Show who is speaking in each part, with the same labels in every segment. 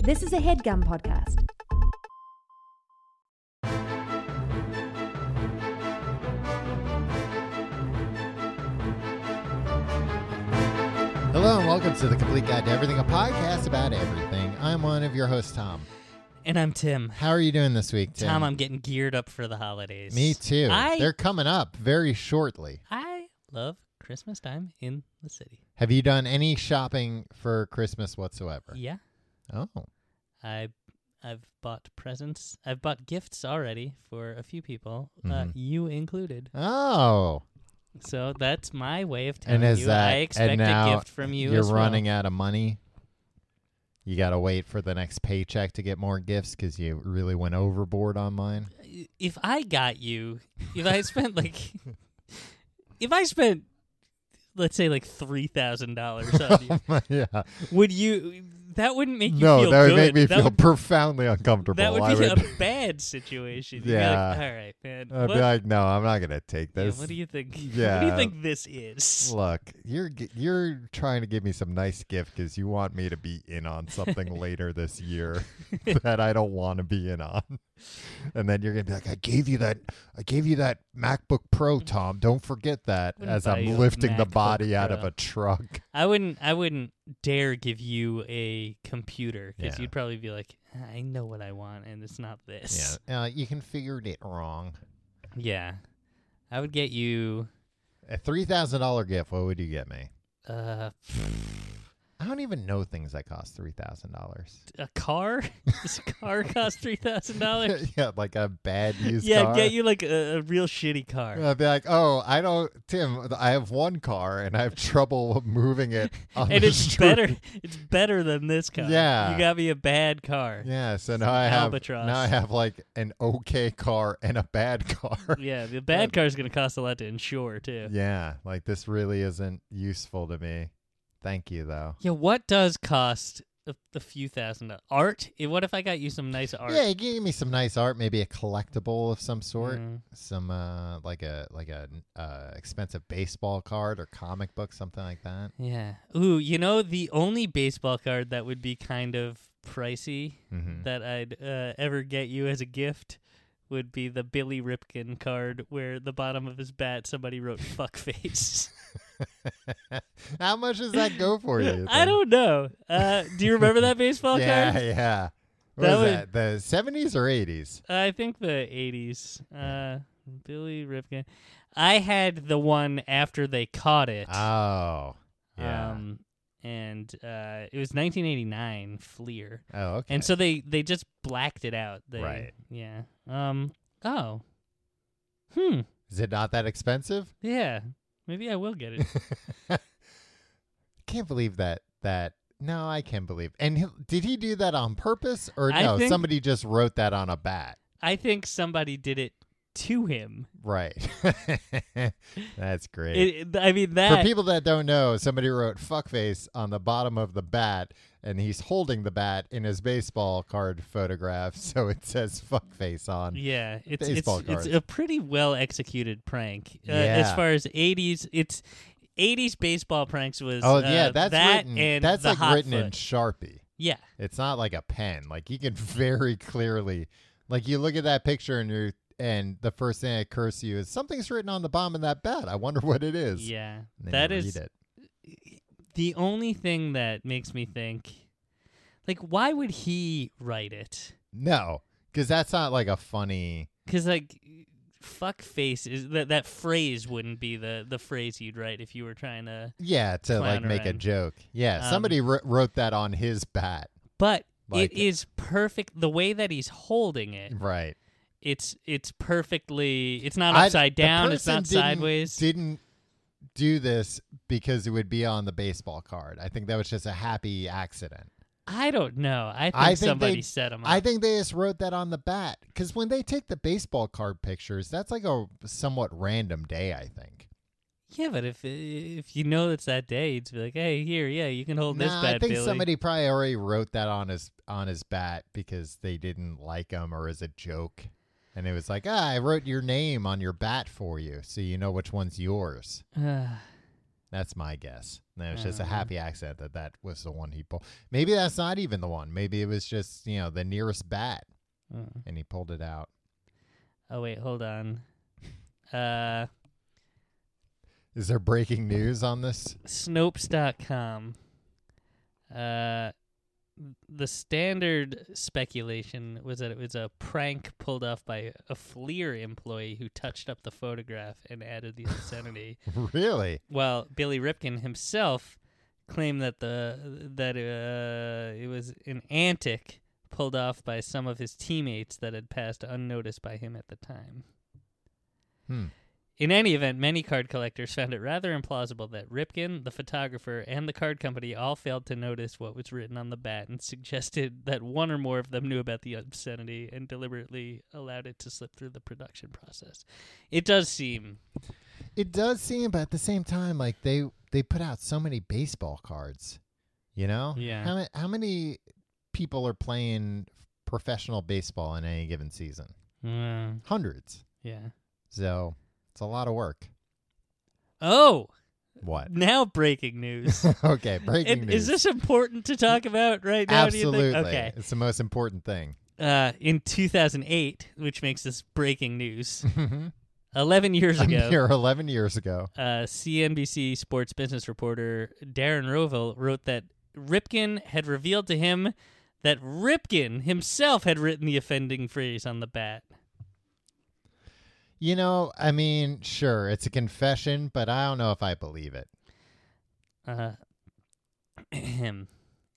Speaker 1: This is a headgum podcast.
Speaker 2: Hello and welcome to the Complete Guide to Everything, a podcast about everything. I'm one of your hosts, Tom.
Speaker 3: And I'm Tim.
Speaker 2: How are you doing this week, Tim?
Speaker 3: Tom, I'm getting geared up for the holidays.
Speaker 2: Me too.
Speaker 3: I-
Speaker 2: They're coming up very shortly.
Speaker 3: I love Christmas time in the city.
Speaker 2: Have you done any shopping for Christmas whatsoever?
Speaker 3: Yeah.
Speaker 2: Oh,
Speaker 3: I I've bought presents. I've bought gifts already for a few people, uh,
Speaker 2: Mhm.
Speaker 3: you included.
Speaker 2: oh!
Speaker 3: So that's my way of telling
Speaker 2: And is
Speaker 3: you
Speaker 2: that
Speaker 3: I expect
Speaker 2: and now
Speaker 3: a gift from you.
Speaker 2: You're
Speaker 3: as well.
Speaker 2: running out of money. You got to wait for the next paycheck to get more gifts because you really went overboard on mine.
Speaker 3: If I got you, if I spent like, if I spent, let's say like three thousand dollars on you,
Speaker 2: yeah,
Speaker 3: would you? That wouldn't make you
Speaker 2: no,
Speaker 3: feel
Speaker 2: that would
Speaker 3: good.
Speaker 2: make me
Speaker 3: That
Speaker 2: feel
Speaker 3: would
Speaker 2: profoundly uncomfortable.
Speaker 3: That would
Speaker 2: I
Speaker 3: be
Speaker 2: would,
Speaker 3: a bad situation. You'd be
Speaker 2: Yeah.
Speaker 3: like, all right, man.
Speaker 2: I'd
Speaker 3: what,
Speaker 2: be like, no, I'm not gonna take
Speaker 3: yeah,
Speaker 2: this.
Speaker 3: what do you think? What do
Speaker 2: yeah.
Speaker 3: you think this is?
Speaker 2: Look, you're g- you're trying to give me some nice gift because you want me to be in on something later this year that I don't want to be in on, and then you're gonna be like, I gave you that, I gave you that MacBook Pro, Tom. Don't forget that.
Speaker 3: Mm-hmm. Wouldn't
Speaker 2: As
Speaker 3: buy you
Speaker 2: I'm
Speaker 3: a
Speaker 2: lifting the
Speaker 3: MacBook
Speaker 2: body out of
Speaker 3: Pro.
Speaker 2: a truck.
Speaker 3: I wouldn't. I wouldn't dare give you a computer because
Speaker 2: Yeah.
Speaker 3: you'd probably be like, I know what I want, and it's not this.
Speaker 2: Yeah, uh, you configured it wrong.
Speaker 3: Yeah. I would get you.
Speaker 2: A three thousand dollar gift. What would you get me?
Speaker 3: Uh,
Speaker 2: I don't even know things that cost three thousand dollars.
Speaker 3: a car? Does a car cost three thousand dollars?
Speaker 2: yeah, like a bad used
Speaker 3: Yeah,
Speaker 2: car.
Speaker 3: get you like a, a real shitty car.
Speaker 2: I'd be like, oh, I don't, Tim. I have one car and I have trouble moving it. On
Speaker 3: and
Speaker 2: the
Speaker 3: it's
Speaker 2: street.
Speaker 3: better. It's better than this car.
Speaker 2: Yeah.
Speaker 3: you got me a bad car.
Speaker 2: Yeah. So now I have
Speaker 3: Albatross.
Speaker 2: now I have like an okay car and a bad car.
Speaker 3: Yeah, the bad car's going to cost a lot to insure too. Yeah.
Speaker 2: Um, yeah. Like this really isn't useful to me. Thank you though.
Speaker 3: what does cost a, a few thousand dollars? Art? Eh, What if I got you some nice art?
Speaker 2: Yeah, give me some nice art, maybe a collectible of some sort,
Speaker 3: Mm.
Speaker 2: some uh, like a like a uh, expensive baseball card or comic book, something like that.
Speaker 3: Yeah. Ooh, you know the only baseball card that would be kind of pricey
Speaker 2: Mhm.
Speaker 3: that I'd uh, ever get you as a gift would be the Billy Ripkin card where the bottom of his bat somebody wrote fuck face.
Speaker 2: How much does that go for you? you
Speaker 3: I
Speaker 2: think?
Speaker 3: don't know. Uh, do you remember that baseball
Speaker 2: yeah,
Speaker 3: card?
Speaker 2: yeah. What
Speaker 3: That
Speaker 2: was
Speaker 3: would-
Speaker 2: that? The seventies or eighties?
Speaker 3: I think the 80s. Uh, Billy Ripkin. I had the one after they caught it.
Speaker 2: Oh, yeah.
Speaker 3: Um, and uh, it was 1989 Fleer.
Speaker 2: oh, okay.
Speaker 3: And so they, they just blacked it out. They,
Speaker 2: Right.
Speaker 3: Yeah. Um. Oh. Hmm.
Speaker 2: is it not that expensive?
Speaker 3: Yeah. Maybe I will get it.
Speaker 2: Can't believe that. That no, I can't believe. And he- did he do that on purpose, or
Speaker 3: I
Speaker 2: no?
Speaker 3: think-
Speaker 2: Somebody just wrote that on a bat.
Speaker 3: I think somebody did it to him.
Speaker 2: Right. That's great.
Speaker 3: It, I mean that.
Speaker 2: For people that don't know, somebody wrote fuckface on the bottom of the bat, and he's holding the bat in his baseball card photograph, so it says fuckface on.
Speaker 3: Yeah, it's
Speaker 2: Baseball
Speaker 3: it's, it's
Speaker 2: cards.
Speaker 3: a pretty well executed prank. Uh, As
Speaker 2: Yeah.
Speaker 3: far as '80s, it's '80s baseball pranks was.
Speaker 2: Oh
Speaker 3: uh,
Speaker 2: yeah, that's
Speaker 3: that
Speaker 2: written.
Speaker 3: and
Speaker 2: that's
Speaker 3: the
Speaker 2: like
Speaker 3: hot
Speaker 2: written in
Speaker 3: foot.
Speaker 2: Sharpie.
Speaker 3: yeah,
Speaker 2: It's not like a pen. Like you can very clearly, like you look at that picture and you're, and the first thing that occurs to you is something's written on the bottom of that bat. I wonder what it is.
Speaker 3: yeah.
Speaker 2: And then
Speaker 3: That
Speaker 2: you
Speaker 3: is
Speaker 2: read it.
Speaker 3: the only thing that makes me think, like, why would he write it?
Speaker 2: No, because that's not like a funny.
Speaker 3: Because like, fuck face is that that phrase wouldn't be the the phrase you'd write if you were trying to.
Speaker 2: Yeah, to like
Speaker 3: Clown
Speaker 2: make a
Speaker 3: around.
Speaker 2: joke. Yeah,
Speaker 3: Um,
Speaker 2: somebody wr- wrote that on his bat.
Speaker 3: But
Speaker 2: Like it.
Speaker 3: it is perfect. The way that he's holding it,
Speaker 2: Right.
Speaker 3: it's it's perfectly it's not
Speaker 2: I-
Speaker 3: upside
Speaker 2: the
Speaker 3: down it's
Speaker 2: person
Speaker 3: not
Speaker 2: didn't-
Speaker 3: sideways
Speaker 2: Didn't do this because it would be on the baseball card. I think that was just a happy accident.
Speaker 3: i don't know i think,
Speaker 2: I think
Speaker 3: somebody
Speaker 2: they-
Speaker 3: set him up
Speaker 2: I think they just wrote that on the bat because when they take the baseball card pictures, that's like a somewhat random day. I think.
Speaker 3: yeah but if if you know it's that day you'd be like hey here yeah you can hold this
Speaker 2: Nah,
Speaker 3: bad
Speaker 2: I think
Speaker 3: Billy.
Speaker 2: somebody probably already wrote that on his on his bat because they didn't like him or as a joke, and it was like, ah, I wrote your name on your bat for you, so you know which one's yours.
Speaker 3: Ugh.
Speaker 2: That's my guess. And it was just a
Speaker 3: Uh-huh.
Speaker 2: happy accident that that was the one he pulled. Maybe that's not even the one. Maybe it was just, you know, the nearest bat
Speaker 3: Uh,
Speaker 2: and he pulled it out.
Speaker 3: oh wait, hold on. Uh,
Speaker 2: Is there breaking news on this?
Speaker 3: Snopes.com. Uh, the standard speculation was that it was a prank pulled off by a Fleer employee who touched up the photograph and added the obscenity.
Speaker 2: really?
Speaker 3: While Billy Ripkin himself claimed that the that uh, it was an antic pulled off by some of his teammates that had passed unnoticed by him at the time.
Speaker 2: Hmm.
Speaker 3: In any event, many card collectors found it rather implausible that Ripkin, the photographer, and the card company all failed to notice what was written on the bat and suggested that one or more of them knew about the obscenity and deliberately allowed it to slip through the production process. It does seem.
Speaker 2: It does seem, but at the same time, like they they put out so many baseball cards. You know,
Speaker 3: Yeah.
Speaker 2: Oh, How ma- how many people are playing professional baseball in any given season?
Speaker 3: Mm,
Speaker 2: Hundreds.
Speaker 3: yeah.
Speaker 2: So it's a lot of work.
Speaker 3: Oh,
Speaker 2: What?
Speaker 3: now breaking news.
Speaker 2: okay, breaking
Speaker 3: and
Speaker 2: news.
Speaker 3: is this important to talk about right now? do you think?
Speaker 2: Absolutely,
Speaker 3: Okay.
Speaker 2: it's the most important thing.
Speaker 3: Uh, in 2008, which makes this breaking news,
Speaker 2: Mm-hmm.
Speaker 3: 11 years
Speaker 2: A
Speaker 3: ago.
Speaker 2: mere eleven years ago.
Speaker 3: uh, CNBC sports business reporter Darren Rovell wrote that Ripken had revealed to him that Ripken himself had written the offending phrase on the bat.
Speaker 2: You know, I mean, sure, it's a confession, but I don't know if I believe it.
Speaker 3: Uh, and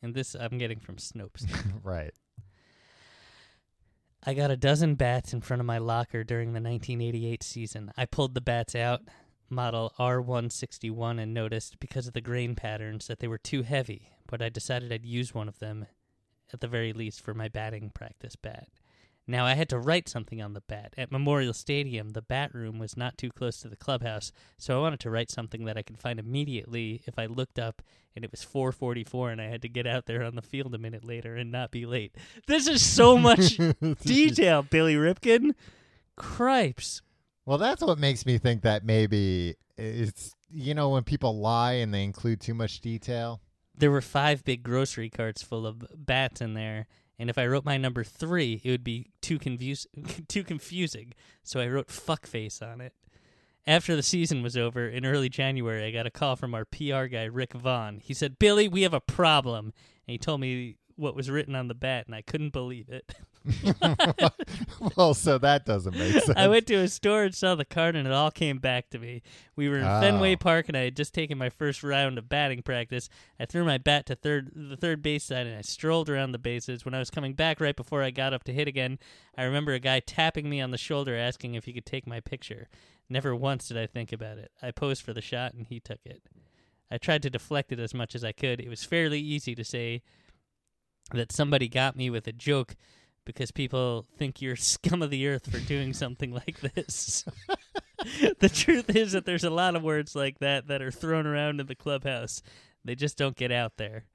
Speaker 3: this I'm getting from Snopes.
Speaker 2: right.
Speaker 3: I got a dozen bats in front of my locker during the 1988 season. I pulled the bats out, model R161, and noticed because of the grain patterns that they were too heavy, but I decided I'd use one of them at the very least for my batting practice bat. Now I had to write something on the bat. At Memorial Stadium, the bat room was not too close to the clubhouse, so I wanted to write something that I could find immediately if I looked up and it was 4:44 and I had to get out there on the field a minute later and not be late. This is so much detail, Billy Ripkin. Cripes.
Speaker 2: Well, that's what makes me think that maybe it's you know when people lie and they include too much detail.
Speaker 3: There were five big grocery carts full of bats in there, and if I wrote my number three, it would be too confuse too confusing. So I wrote fuckface on it. After the season was over, in early January, I got a call from our PR guy, Rick Vaughn. He said, Billy, we have a problem. And he told me what was written on the bat, and I couldn't believe it.
Speaker 2: well, so that doesn't make sense.
Speaker 3: I went to a store and saw the card, and it all came back to me. We were in Fenway
Speaker 2: Oh.
Speaker 3: Park, and I had just taken my first round of batting practice. I threw my bat to third, the third base side, and I strolled around the bases. When I was coming back, right before I got up to hit again, I remember a guy tapping me on the shoulder, asking if he could take my picture. Never once did I think about it. I posed for the shot, and he took it. I tried to deflect it as much as I could. It was fairly easy to say that somebody got me with a joke because people think you're scum of the earth for doing something like this. the truth is that there's a lot of words like that that are thrown around in the clubhouse. They just don't get out there.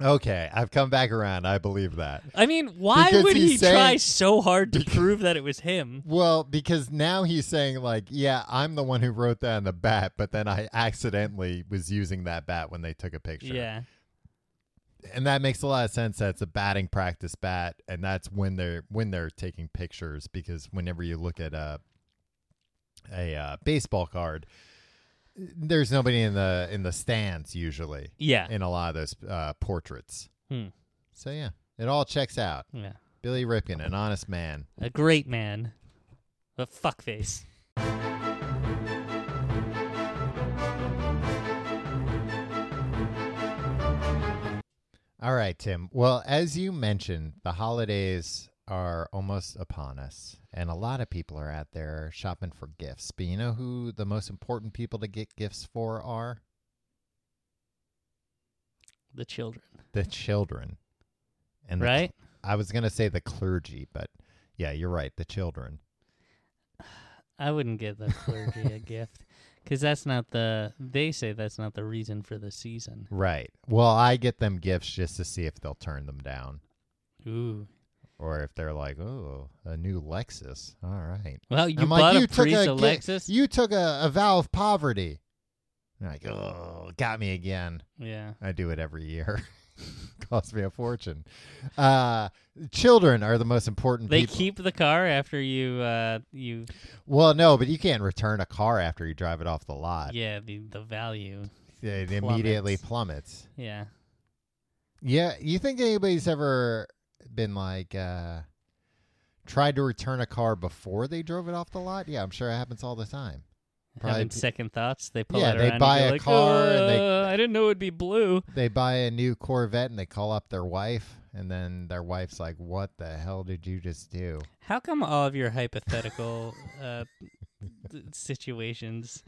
Speaker 2: okay, I've come back around. I believe that.
Speaker 3: I mean, why
Speaker 2: Because
Speaker 3: would
Speaker 2: he's
Speaker 3: he
Speaker 2: saying-
Speaker 3: try so hard to prove that it was him?
Speaker 2: Well, because now he's saying like, yeah, I'm the one who wrote that on the bat, but then I accidentally was using that bat when they took a picture.
Speaker 3: Yeah.
Speaker 2: and that makes a lot of sense. That's a batting practice bat, and that's when they're when they're taking pictures because whenever you look at a a uh, baseball card, there's nobody in the in the stands usually
Speaker 3: Yeah.
Speaker 2: in a lot of those uh, portraits.
Speaker 3: Hmm.
Speaker 2: So yeah, it all checks out.
Speaker 3: Yeah.
Speaker 2: Billy Ripkin, an honest man.
Speaker 3: A great man. A fuckface.
Speaker 2: All right, Tim. Well, as you mentioned, the holidays are almost upon us, and a lot of people are out there shopping for gifts. But you know who the most important people to get gifts for are?
Speaker 3: The children.
Speaker 2: the children and the-
Speaker 3: Right?
Speaker 2: i was going to say the clergy but yeah you're right the children
Speaker 3: I wouldn't give the clergy a gift. Because that's not the. They say that's not the reason for the season.
Speaker 2: right well i get them gifts just to see if they'll turn them down
Speaker 3: Ooh.
Speaker 2: or if they're like oh a new lexus all right
Speaker 3: Well, you
Speaker 2: I'm
Speaker 3: bought
Speaker 2: like,
Speaker 3: a
Speaker 2: took
Speaker 3: Prius
Speaker 2: gi-
Speaker 3: Alexis.
Speaker 2: you took a, a vow of poverty And I'm like, oh, got me again.
Speaker 3: Yeah.
Speaker 2: I do it every year. Costs me a fortune. Uh, children are the most important
Speaker 3: They
Speaker 2: people.
Speaker 3: keep the car after you uh you
Speaker 2: well, no, but you can't return a car after you drive it off the lot.
Speaker 3: yeah, the the value.
Speaker 2: It immediately plummets.
Speaker 3: Yeah.
Speaker 2: Yeah, you think anybody's ever been like uh tried to return a car before they drove it off the lot? Yeah, I'm sure it happens all the time. Probably
Speaker 3: Having
Speaker 2: p-
Speaker 3: second thoughts, they pull
Speaker 2: Yeah,
Speaker 3: it
Speaker 2: they
Speaker 3: around and
Speaker 2: buy
Speaker 3: go
Speaker 2: a
Speaker 3: like,
Speaker 2: car and they-
Speaker 3: "Uh, I didn't know it'd be blue.
Speaker 2: They buy a new Corvette and they call up their wife and then their wife's like, "What the hell did you just do?"
Speaker 3: How come all of your hypothetical uh, th- situations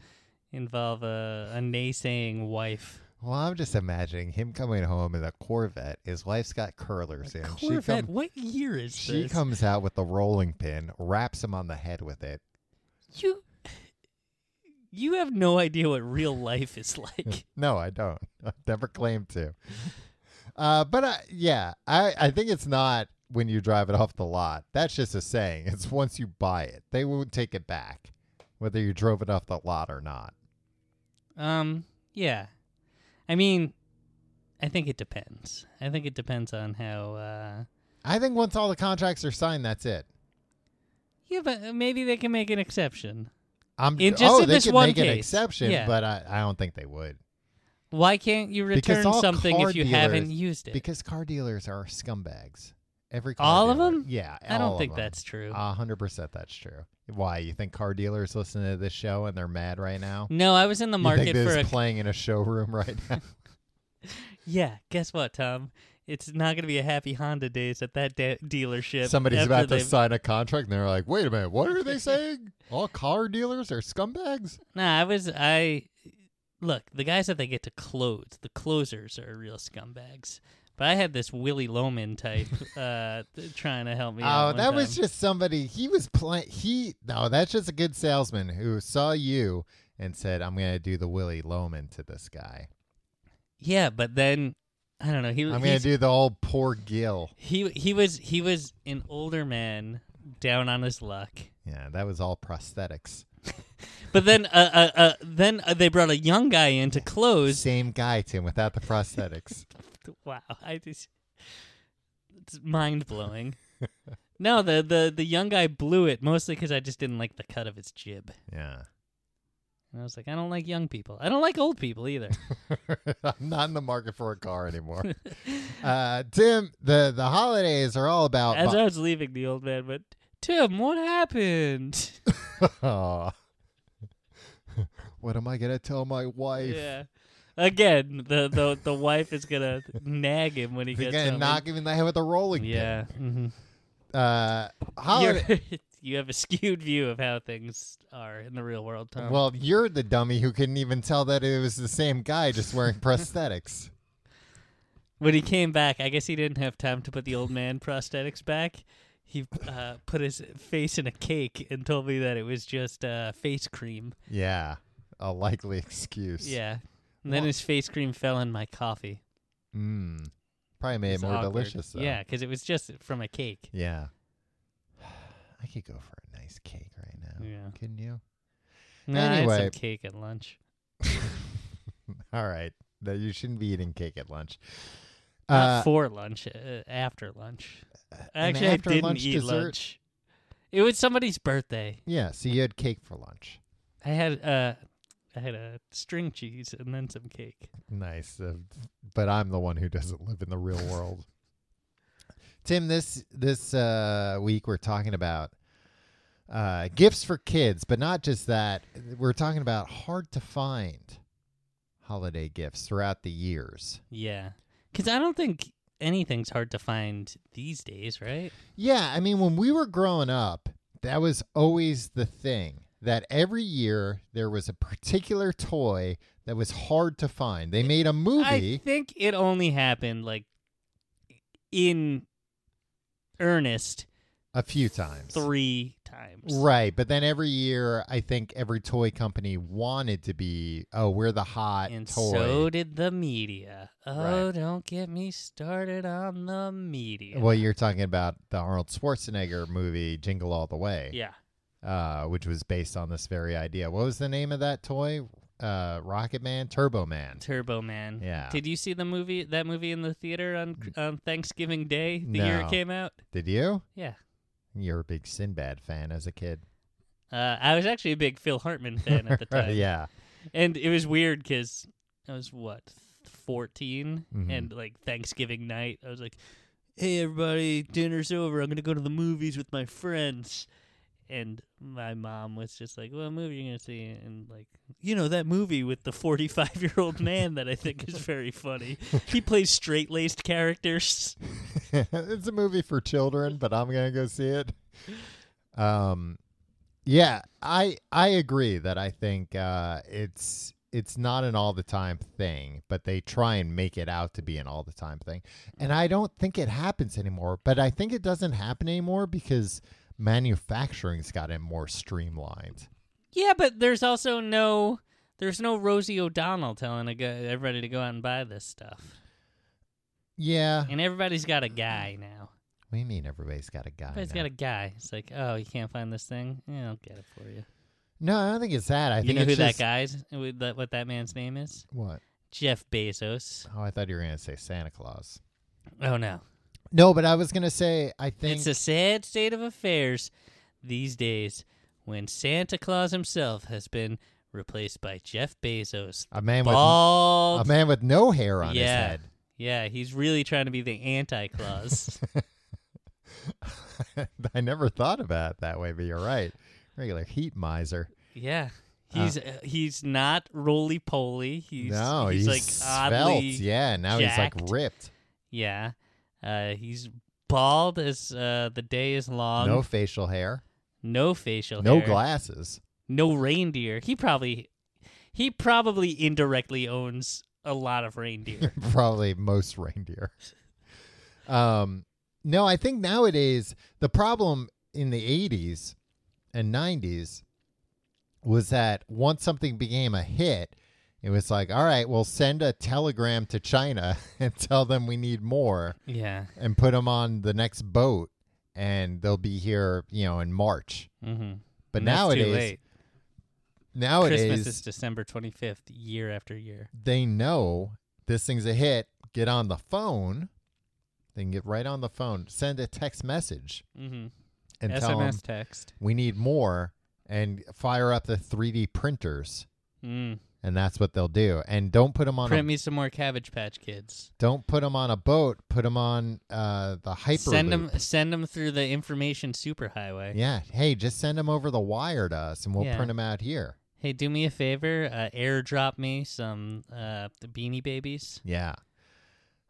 Speaker 3: involve a, a naysaying wife?
Speaker 2: Well, I'm just imagining him coming home in a Corvette. His wife's got curlers in.
Speaker 3: Corvette,
Speaker 2: she come-
Speaker 3: what year is
Speaker 2: she
Speaker 3: this?
Speaker 2: comes out with the rolling pin, wraps him on the head with it.
Speaker 3: you you have no idea what real life is like.
Speaker 2: No, I don't. I've never claimed to. Uh, but I, yeah, I, I think it's not when you drive it off the lot. That's just a saying. It's once you buy it, they won't take it back, whether you drove it off the lot or not.
Speaker 3: Um, yeah. I mean, I think it depends. I think it depends on how. Uh,
Speaker 2: I think once all the contracts are signed, that's it.
Speaker 3: yeah, but maybe they can make an exception.
Speaker 2: I'm
Speaker 3: In- just
Speaker 2: oh,
Speaker 3: in
Speaker 2: they
Speaker 3: this
Speaker 2: could
Speaker 3: one
Speaker 2: make an
Speaker 3: case.
Speaker 2: exception,
Speaker 3: Yeah.
Speaker 2: but I, I don't think they would
Speaker 3: Why can't you
Speaker 2: Because
Speaker 3: return
Speaker 2: all
Speaker 3: something
Speaker 2: car
Speaker 3: if you haven't
Speaker 2: dealers-
Speaker 3: used it?
Speaker 2: because car dealers are scumbags. Every car
Speaker 3: All of
Speaker 2: dealer-
Speaker 3: them?
Speaker 2: Yeah,
Speaker 3: I
Speaker 2: all
Speaker 3: don't
Speaker 2: of
Speaker 3: think
Speaker 2: them.
Speaker 3: that's true.
Speaker 2: a hundred percent. That's true. Why you think car dealers listen to this show and they're mad right now?
Speaker 3: no, I was in the
Speaker 2: you
Speaker 3: market
Speaker 2: think this
Speaker 3: for a.
Speaker 2: is playing in a showroom right now?
Speaker 3: yeah, guess what, Tom? It's not going to be a happy Honda days at that de- dealership.
Speaker 2: Somebody's
Speaker 3: after
Speaker 2: about to
Speaker 3: they've-
Speaker 2: sign a contract, and they're like, "Wait a minute, what are they saying? All car dealers are scumbags."
Speaker 3: Nah, I was I look, the guys that they get to close, the closers are real scumbags. But I had this Willie Loman type uh th- trying to help me out.
Speaker 2: oh,
Speaker 3: one
Speaker 2: that was
Speaker 3: time.
Speaker 2: just somebody. He was playing. He no, that's just a good salesman who saw you and said, "I'm going to do the Willie Loman to this guy.
Speaker 3: Yeah, but then I don't know, he
Speaker 2: I'm going to
Speaker 3: he's-
Speaker 2: do the old poor Gill."
Speaker 3: he he was he was an older man down on his luck.
Speaker 2: Yeah, that was all prosthetics.
Speaker 3: But then uh, uh, uh then uh, they brought a young guy in to close.
Speaker 2: Same guy, Tim, without the prosthetics.
Speaker 3: Wow, I just it's mind blowing. no, the, the the young guy blew it mostly cuz I just didn't like the cut of his jib.
Speaker 2: yeah.
Speaker 3: And I was like, I don't like young people. I don't like old people either.
Speaker 2: I'm not in the market for a car anymore. uh, Tim, the the holidays are all about.
Speaker 3: As
Speaker 2: bu-
Speaker 3: I was leaving the old man, but Tim, what happened?
Speaker 2: Aw. what am I gonna tell my wife?
Speaker 3: yeah. Again, the, the the wife is gonna nag him when he
Speaker 2: They're
Speaker 3: gets
Speaker 2: gonna
Speaker 3: home.
Speaker 2: knock him in the head with a rolling
Speaker 3: yeah. mhm.
Speaker 2: pin. Uh, holiday.
Speaker 3: You're- you have a skewed view of how things are in the real world, Tom.
Speaker 2: well, you're the dummy who couldn't even tell that it was the same guy just wearing prosthetics.
Speaker 3: when he came back, I guess he didn't have time to put the old man prosthetics back. He uh, put his face in a cake and told me that it was just uh, face cream.
Speaker 2: Yeah, a likely excuse.
Speaker 3: Yeah. And then
Speaker 2: Wha-
Speaker 3: his face cream fell in my coffee.
Speaker 2: Mm. Probably made it
Speaker 3: It's
Speaker 2: more
Speaker 3: awkward.
Speaker 2: delicious though.
Speaker 3: Yeah, because it was just from a cake.
Speaker 2: Yeah. I could go for a nice cake right now.
Speaker 3: Yeah.
Speaker 2: Couldn't you?
Speaker 3: Nah, I had
Speaker 2: Anyway.
Speaker 3: some cake at lunch.
Speaker 2: All right. No, you shouldn't be eating cake at lunch.
Speaker 3: Not
Speaker 2: Uh,
Speaker 3: for lunch, uh, after lunch.
Speaker 2: an
Speaker 3: Actually, I
Speaker 2: after
Speaker 3: didn't
Speaker 2: lunch
Speaker 3: eat
Speaker 2: dessert?
Speaker 3: lunch. It was somebody's birthday.
Speaker 2: yeah, so you had cake for lunch.
Speaker 3: I had uh, I had a string cheese and then some cake.
Speaker 2: Nice. Uh, but I'm the one who doesn't live in the real world. Tim, this this uh, week we're talking about uh, gifts for kids, but not just that. We're talking about hard to find holiday gifts throughout the years.
Speaker 3: Yeah, because I don't think anything's hard to find these days, right?
Speaker 2: Yeah, I mean, when we were growing up, that was always the thing that every year there was a particular toy that was hard to find. They made a
Speaker 3: I
Speaker 2: movie.
Speaker 3: think it only happened like in earnest
Speaker 2: a few times.
Speaker 3: three times.
Speaker 2: Right, but then every year, I think every toy company wanted to be, oh, we're the hot
Speaker 3: and
Speaker 2: toy.
Speaker 3: so did the media. Oh,
Speaker 2: Right.
Speaker 3: don't get me started on the media.
Speaker 2: Well, you're talking about the Arnold Schwarzenegger movie Jingle All the Way,
Speaker 3: yeah,
Speaker 2: uh, which was based on this very idea. What was the name of that toy? uh, Rocket Man, Turbo Man.
Speaker 3: Turbo Man.
Speaker 2: Yeah.
Speaker 3: Did you see the movie that movie in the theater on on Thanksgiving Day the year
Speaker 2: No.
Speaker 3: it came out?
Speaker 2: Did you?
Speaker 3: Yeah.
Speaker 2: You're a big Sinbad fan as a kid.
Speaker 3: Uh, I was actually a big Phil Hartman fan at the time.
Speaker 2: yeah.
Speaker 3: And it was weird because I was what 14
Speaker 2: Mhm.
Speaker 3: and like Thanksgiving night I was like, "Hey everybody, dinner's over. I'm gonna go to the movies with my friends." And my mom was just like, "What movie are you gonna see?" And like, you know that movie with the 45 year old man that I think is very funny. He plays straight laced characters.
Speaker 2: it's a movie for children, but I'm gonna go see it. Um, yeah, I I agree that I think uh, it's it's not an all the time thing, but they try and make it out to be an all the time thing, and I don't think it happens anymore. But I think it doesn't happen anymore because manufacturing's gotten more streamlined.
Speaker 3: Yeah, but there's also no there's no Rosie O'Donnell telling a guy, everybody to go out and buy this stuff.
Speaker 2: Yeah,
Speaker 3: And everybody's got a guy now.
Speaker 2: we mean everybody's got a guy.
Speaker 3: Everybody's
Speaker 2: now.
Speaker 3: got a guy. It's like, oh, you can't find this thing. Yeah, I'll get it for you.
Speaker 2: No, I don't think it's that. I
Speaker 3: you
Speaker 2: think
Speaker 3: know
Speaker 2: it's
Speaker 3: who
Speaker 2: just,
Speaker 3: that guy's? who that- What that man's name is?
Speaker 2: What?
Speaker 3: Jeff Bezos.
Speaker 2: Oh, I thought you were gonna say Santa Claus.
Speaker 3: Oh no,
Speaker 2: No, but I was gonna say I think
Speaker 3: it's a sad state of affairs these days when Santa Claus himself has been replaced by Jeff Bezos.
Speaker 2: A man with
Speaker 3: Bald.
Speaker 2: a man with no hair on his
Speaker 3: Yeah.
Speaker 2: head.
Speaker 3: yeah, he's really trying to be the anti-Claus.
Speaker 2: I never thought about it that way, but you're right. Regular heat miser.
Speaker 3: yeah.
Speaker 2: Uh,
Speaker 3: He's uh, he's not roly poly. He's
Speaker 2: no,
Speaker 3: he's,
Speaker 2: he's,
Speaker 3: like
Speaker 2: svelte.
Speaker 3: oddly
Speaker 2: Yeah, now he's
Speaker 3: jacked.
Speaker 2: like ripped.
Speaker 3: Yeah. Uh, he's bald as uh, the day is long.
Speaker 2: no facial hair.
Speaker 3: no facial
Speaker 2: No
Speaker 3: hair.
Speaker 2: glasses.
Speaker 3: No reindeer. He probably he probably indirectly owns a lot of reindeer.
Speaker 2: Probably most reindeer. Um, no, I think nowadays the problem in the 80s and 90s was that once something became a hit, it was like, all right, we'll send a telegram to China and tell them we need more.
Speaker 3: yeah.
Speaker 2: and put them on the next boat and they'll be here you know in march
Speaker 3: Mm-hmm.
Speaker 2: but
Speaker 3: and that's too
Speaker 2: nowadays
Speaker 3: late. Christmas
Speaker 2: nowadays
Speaker 3: is December 25th year after year.
Speaker 2: they know this thing's a hit get on the phone they can get right on the phone send a text message
Speaker 3: Mhm.
Speaker 2: and
Speaker 3: SMS
Speaker 2: tell them
Speaker 3: text.
Speaker 2: we need more and fire up the 3d printers
Speaker 3: Mm.
Speaker 2: and that's what they'll do and don't put them on
Speaker 3: Print
Speaker 2: a,
Speaker 3: me some more cabbage patch kids.
Speaker 2: don't put 'em on a boat put them on uh, the hyperloop
Speaker 3: Send them send them through the information superhighway.
Speaker 2: yeah hey just send them over the wire to us and we'll print 'em
Speaker 3: Yeah.
Speaker 2: print them out here
Speaker 3: Hey, do me a favor, uh, airdrop me some uh, the beanie babies.
Speaker 2: Yeah.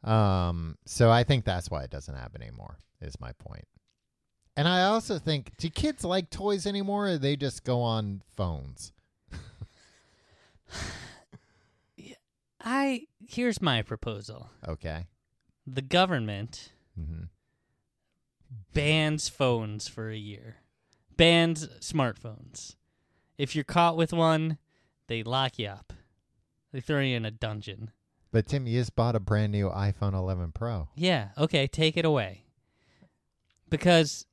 Speaker 2: Um, so I think that's why it doesn't happen anymore, is my point. And I also think do kids like toys anymore or they just go on phones?
Speaker 3: I here's my proposal.
Speaker 2: Okay.
Speaker 3: The government
Speaker 2: hmm
Speaker 3: bans phones for a year. Bans smartphones. If you're caught with one, they lock you up. They throw you in a dungeon.
Speaker 2: But Tim, you just bought a brand new iPhone 11 Pro.
Speaker 3: Yeah, okay, take it away. Because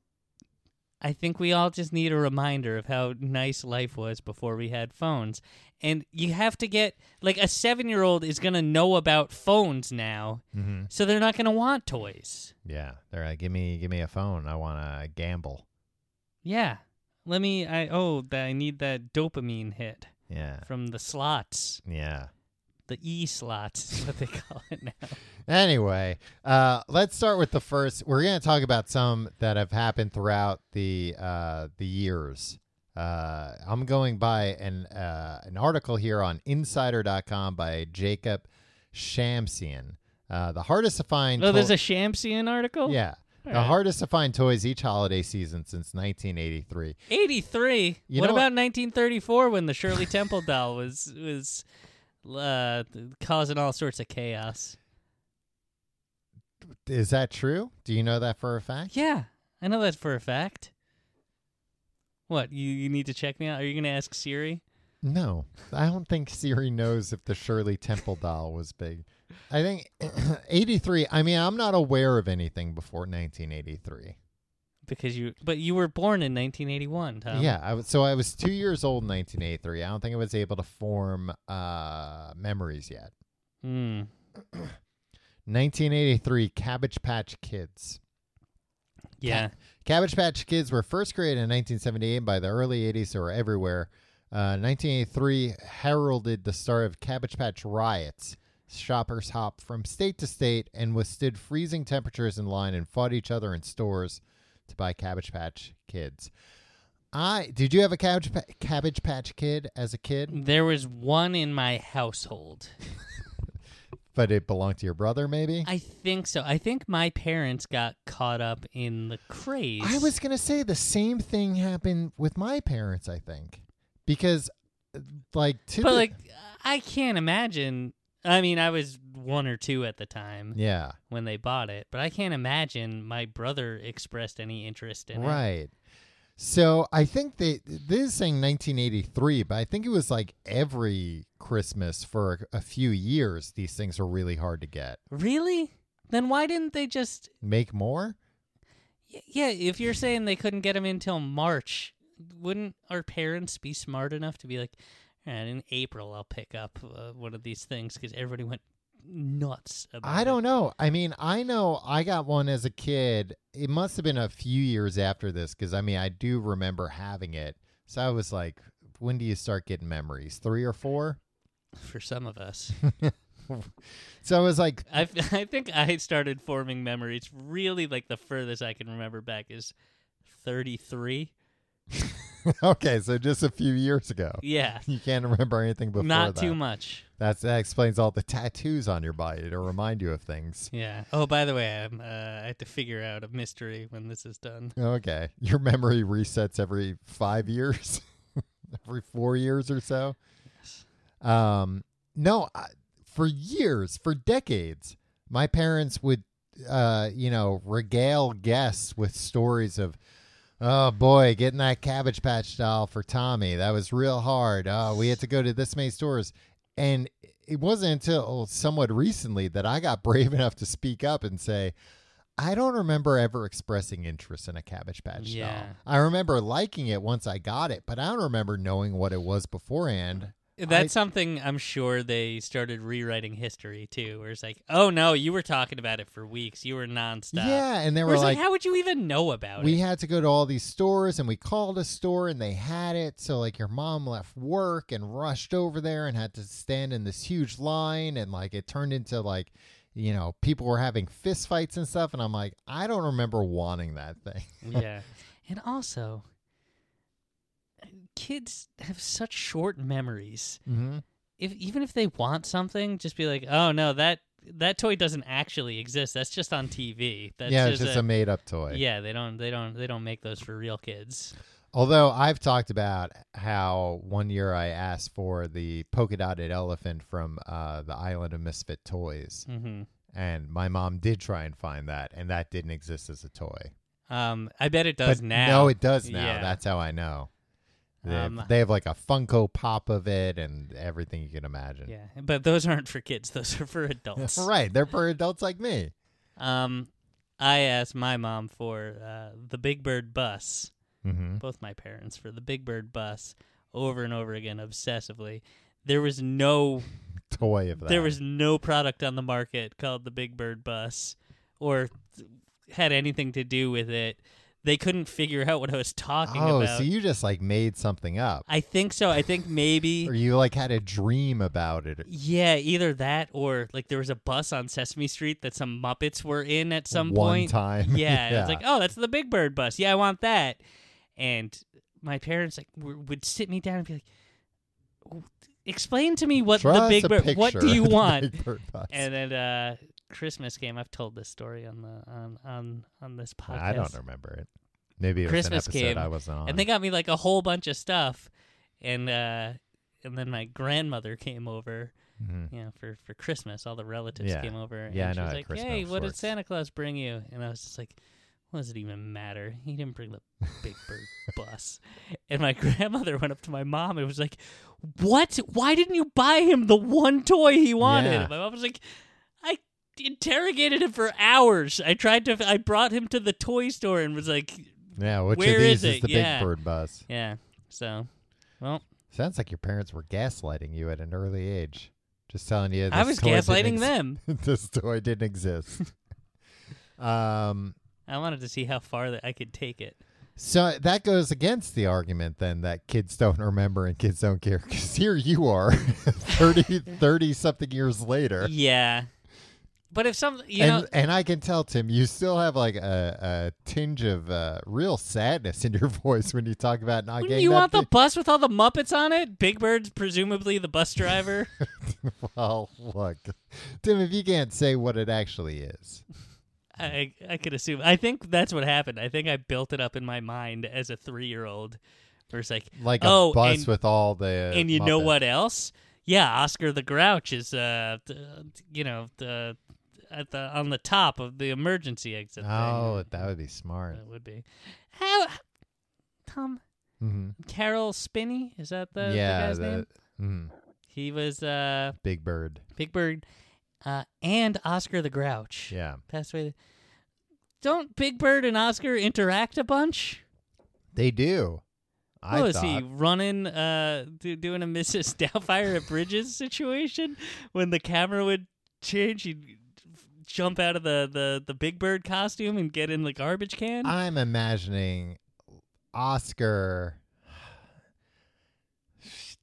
Speaker 3: I think we all just need a reminder of how nice life was before we had phones. And you have to get like a 7-year-old is going to know about phones now,
Speaker 2: Mm-hmm.
Speaker 3: so they're not going to want toys.
Speaker 2: Yeah. They're like, give me, give me a phone. I want to gamble.
Speaker 3: Yeah. Let me I oh that I need that dopamine hit
Speaker 2: Yeah.
Speaker 3: from the slots.
Speaker 2: Yeah.
Speaker 3: The E slots is what they call it now.
Speaker 2: Anyway, uh, let's start with the first. We're going to talk about some that have happened throughout the uh, the years. Uh, I'm going by an uh, an article here on Insider.com by Jacob Shamsian. Uh, the hardest to find.
Speaker 3: Oh, there's
Speaker 2: to-
Speaker 3: a Shamsian article?
Speaker 2: yeah.
Speaker 3: All
Speaker 2: the
Speaker 3: right.
Speaker 2: hardest to find toys each holiday season since 1983.
Speaker 3: Eighty three.
Speaker 2: You
Speaker 3: What
Speaker 2: know what-
Speaker 3: about nineteen thirty four when the Shirley Temple doll was was uh, causing all sorts of chaos?
Speaker 2: Is that true? Do you know that for a fact?
Speaker 3: Yeah. I know that for a fact. What, you, you need to check me out? Are you gonna ask Siri?
Speaker 2: No, I don't think Siri knows if the Shirley Temple doll was big. I think 83. I mean, I'm not aware of anything before 1983.
Speaker 3: because you but you were born in 1981, Tom.
Speaker 2: yeah, I was, so I was two years old in 1983. I don't think I was able to form uh, memories yet.
Speaker 3: Mm.
Speaker 2: 1983, Cabbage Patch Kids.
Speaker 3: Yeah.
Speaker 2: Cabbage Patch Kids were first created in 1978, and by the early 80s, they were everywhere. Uh, 1983 heralded the start of Cabbage Patch riots. Shoppers hopped from state to state and withstood freezing temperatures in line and fought each other in stores to buy Cabbage Patch Kids. I did you have a Cabbage pa- Cabbage Patch Kid as a kid,
Speaker 3: There was one in my household.
Speaker 2: but it belonged to your brother, maybe?
Speaker 3: I think so. I think my parents got caught up in the craze.
Speaker 2: I was going to say the same thing happened with my parents, I think. Because uh, like to
Speaker 3: But
Speaker 2: the-
Speaker 3: like I can't imagine I mean, I was one or two at the time
Speaker 2: yeah,
Speaker 3: when they bought it, but I can't imagine my brother expressed any interest in it.
Speaker 2: right. So I think they this is saying 1983, but I think it was like every Christmas for a, a few years these things were really hard to get.
Speaker 3: Really? Then why didn't they just
Speaker 2: Make more?
Speaker 3: Y- Yeah, if you're saying they couldn't get them until March, wouldn't our parents be smart enough to be like, "All right, in April I'll pick up uh, one of these things because everybody went nuts about
Speaker 2: I
Speaker 3: it.
Speaker 2: don't know. I mean, I know I got one as a kid. It must have been a few years after this because I mean, I do remember having it. So I was like, when do you start getting memories? Three or four?
Speaker 3: for some of us.
Speaker 2: So I was like,
Speaker 3: I I think I started forming memories really like the furthest I can remember back is 33.
Speaker 2: okay, so just a few years ago.
Speaker 3: Yeah.
Speaker 2: You can't remember anything before
Speaker 3: Not
Speaker 2: that.
Speaker 3: too much.
Speaker 2: That's, that explains all the tattoos on your body to remind you of things.
Speaker 3: Yeah. Oh, by the way, I'm, uh, I have to figure out a mystery when this is done.
Speaker 2: Okay. Your memory resets every five years, every four years or so. Um, no, I, for years, for decades, my parents would, uh, you know, regale guests with stories of, oh boy, getting that Cabbage Patch doll for Tommy. That was real hard. Oh, we had to go to this many stores. And it wasn't until somewhat recently that I got brave enough to speak up and say, I don't remember ever expressing interest in a Cabbage Patch
Speaker 3: Yeah.
Speaker 2: doll. I remember liking it once I got it, but I don't remember knowing what it was beforehand.
Speaker 3: That's
Speaker 2: I-
Speaker 3: something I'm sure they started rewriting history too, where it's like, oh no, you were talking about it for weeks. You were nonstop.
Speaker 2: Yeah, and they
Speaker 3: Where
Speaker 2: were
Speaker 3: it's like,
Speaker 2: like,
Speaker 3: how would you even know about
Speaker 2: we
Speaker 3: it?
Speaker 2: had to go to all these stores and we called a store and they had it so like your mom left work and rushed over there and had to stand in this huge line and like it turned into like you know people were having fist fights and stuff and i'm like i don't remember wanting that thing
Speaker 3: yeah. And also, kids have such short memories.
Speaker 2: mm-hmm.
Speaker 3: If even if they want something, just be like, oh no, that that toy doesn't actually exist. That's just on TV. That's
Speaker 2: yeah
Speaker 3: just,
Speaker 2: it's just a,
Speaker 3: a,
Speaker 2: made-up toy
Speaker 3: yeah. They don't they don't they don't make those for real kids.
Speaker 2: although i've talked about how one year i asked for the polka dotted elephant from uh, the island of misfit toys
Speaker 3: Mm-hmm.
Speaker 2: and my mom did try and find that and that didn't exist as a toy
Speaker 3: Um, I bet it does
Speaker 2: But
Speaker 3: now.
Speaker 2: No, it does now.
Speaker 3: Yeah.
Speaker 2: That's how I know. They, have-
Speaker 3: Um,
Speaker 2: they have like a Funko Pop of it and everything you can imagine.
Speaker 3: Yeah, but those aren't for kids. Those are for adults.
Speaker 2: right. They're for adults like me.
Speaker 3: Um, I asked my mom for uh, the Big Bird bus.
Speaker 2: Mm-hmm.
Speaker 3: Both my parents for the Big Bird bus over and over again, obsessively. There was no,
Speaker 2: Toy of that.
Speaker 3: there was no product on the market called the Big Bird bus, or th- had anything to do with it. They couldn't figure out what I was talking
Speaker 2: oh,
Speaker 3: about.
Speaker 2: so you just like made something up,
Speaker 3: I think so. I think maybe
Speaker 2: or you like had a dream about it.
Speaker 3: Yeah, either that or like there was a bus on Sesame Street that some Muppets were in at some
Speaker 2: one
Speaker 3: point.
Speaker 2: time.
Speaker 3: Yeah, and it's like, oh, that's the Big Bird bus. Yeah, I want that. And my parents like w- would sit me down and be like, "W- explain to me what
Speaker 2: Draw
Speaker 3: the
Speaker 2: us
Speaker 3: Big
Speaker 2: a
Speaker 3: Bird. What
Speaker 2: picture
Speaker 3: do you
Speaker 2: of the
Speaker 3: want?
Speaker 2: Big Bird bus.
Speaker 3: And then uh, Christmas came. I've told this story on the on on on this podcast.
Speaker 2: I don't remember it. Maybe it
Speaker 3: Christmas
Speaker 2: was an episode
Speaker 3: came,
Speaker 2: I wasn't on.
Speaker 3: And they got me like a whole bunch of stuff, and uh, and then my grandmother came over
Speaker 2: Mhm.
Speaker 3: you know, for, for Christmas, all the relatives
Speaker 2: Yeah.
Speaker 3: came over.
Speaker 2: Yeah, I
Speaker 3: and she
Speaker 2: know
Speaker 3: was
Speaker 2: how
Speaker 3: like,
Speaker 2: Christmas
Speaker 3: hey, what did
Speaker 2: works.
Speaker 3: Santa Claus bring you? And I was just like, what does it even matter? He didn't bring the Big Bird bus. And my grandmother went up to my mom and was like, what? Why didn't you buy him the one toy he wanted?
Speaker 2: Yeah.
Speaker 3: And my mom was like, I interrogated him for hours. I tried to, I brought him to the toy store and was like,
Speaker 2: Yeah, which
Speaker 3: Where
Speaker 2: of
Speaker 3: is
Speaker 2: these is,
Speaker 3: it?
Speaker 2: the
Speaker 3: Yeah.
Speaker 2: Big Bird bus?
Speaker 3: Yeah. So, well,
Speaker 2: Sounds like your parents were gaslighting you at an early age. Just telling you this
Speaker 3: I was
Speaker 2: toy didn't
Speaker 3: gaslighting
Speaker 2: ex-
Speaker 3: them.
Speaker 2: this toy didn't exist. um
Speaker 3: I wanted to see how far that I could take it.
Speaker 2: so that goes against the argument then that kids don't remember and kids don't care cuz here you are 30 30 something years later.
Speaker 3: Yeah. But if some, you
Speaker 2: and,
Speaker 3: know,
Speaker 2: and I can tell, Tim, you still have like a, a tinge of uh, real sadness in your voice when you talk about not
Speaker 3: wouldn't
Speaker 2: getting
Speaker 3: you
Speaker 2: that
Speaker 3: want the
Speaker 2: big-
Speaker 3: bus with all the Muppets on it? Big Bird's presumably the bus driver.
Speaker 2: Well, look, Tim, if you can't say what it actually is,
Speaker 3: I I could assume. I think that's what happened. I think I built it up in my mind as a three year old. Where it's like,
Speaker 2: like
Speaker 3: oh,
Speaker 2: a bus
Speaker 3: and,
Speaker 2: with all the
Speaker 3: and you know
Speaker 2: Muppets.
Speaker 3: what else? Yeah, Oscar the Grouch is, uh, th- you know, the at the on the top of the emergency exit.
Speaker 2: Oh,
Speaker 3: thing.
Speaker 2: that would be smart.
Speaker 3: that would be how Tom
Speaker 2: hmm
Speaker 3: Carol Spinney is that the, the
Speaker 2: yeah,
Speaker 3: guy's
Speaker 2: the-
Speaker 3: name?
Speaker 2: mhm,
Speaker 3: He was uh,
Speaker 2: Big Bird.
Speaker 3: Big Bird, uh, and Oscar the Grouch
Speaker 2: Yeah,
Speaker 3: passed away. Don't Big Bird and Oscar interact a bunch?
Speaker 2: they do. I
Speaker 3: What was
Speaker 2: thought.
Speaker 3: he running, uh, do, doing a Mrs. Doubtfire at Bridges situation? When the camera would change, he'd jump out of the, the, the Big Bird costume and get in the garbage can.
Speaker 2: I'm imagining Oscar.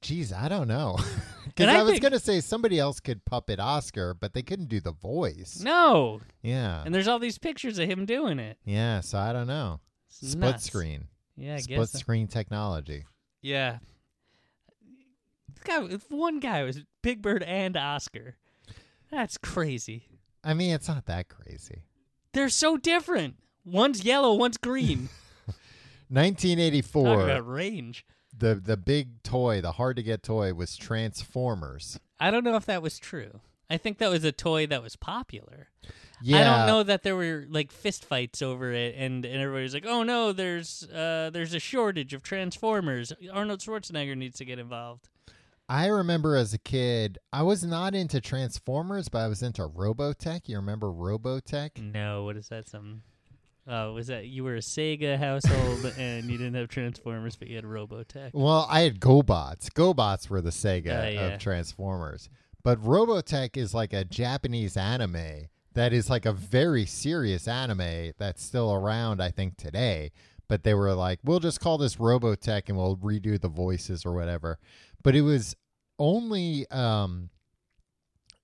Speaker 2: Jeez, I don't know. Because
Speaker 3: And I
Speaker 2: I, was
Speaker 3: think-
Speaker 2: going to say somebody else could puppet Oscar, but they couldn't do the voice.
Speaker 3: no,
Speaker 2: Yeah.
Speaker 3: and there's all these pictures of him doing it.
Speaker 2: yeah, so I don't know.
Speaker 3: It's
Speaker 2: Split
Speaker 3: nuts.
Speaker 2: screen.
Speaker 3: Yeah, I
Speaker 2: Split
Speaker 3: guess. so.
Speaker 2: screen technology.
Speaker 3: Yeah. This guy, if one guy was Big Bird and Oscar. That's crazy.
Speaker 2: I mean, it's not that crazy.
Speaker 3: They're so different. One's yellow, one's green. Talking
Speaker 2: 1984,
Speaker 3: about range.
Speaker 2: the the big toy, the hard to get toy was Transformers.
Speaker 3: I don't know if that was true. I think that was a toy that was popular.
Speaker 2: Yeah,
Speaker 3: I don't know that there were like fist fights over it and, and everybody's like, Oh no, there's uh there's a shortage of Transformers. Arnold Schwarzenegger needs to get involved.
Speaker 2: I remember as a kid, I was not into Transformers, but I was into Robotech. You remember Robotech?
Speaker 3: No, what is that? Some. Oh, was that you were a Sega household and you didn't have Transformers, but you had Robotech?
Speaker 2: Well, I had GoBots. GoBots were the Sega
Speaker 3: Oh, yeah.
Speaker 2: of Transformers. But Robotech is like a Japanese anime that is like a very serious anime that's still around, I think, today. But they were like, we'll just call this Robotech and we'll redo the voices or whatever. But it was only, um,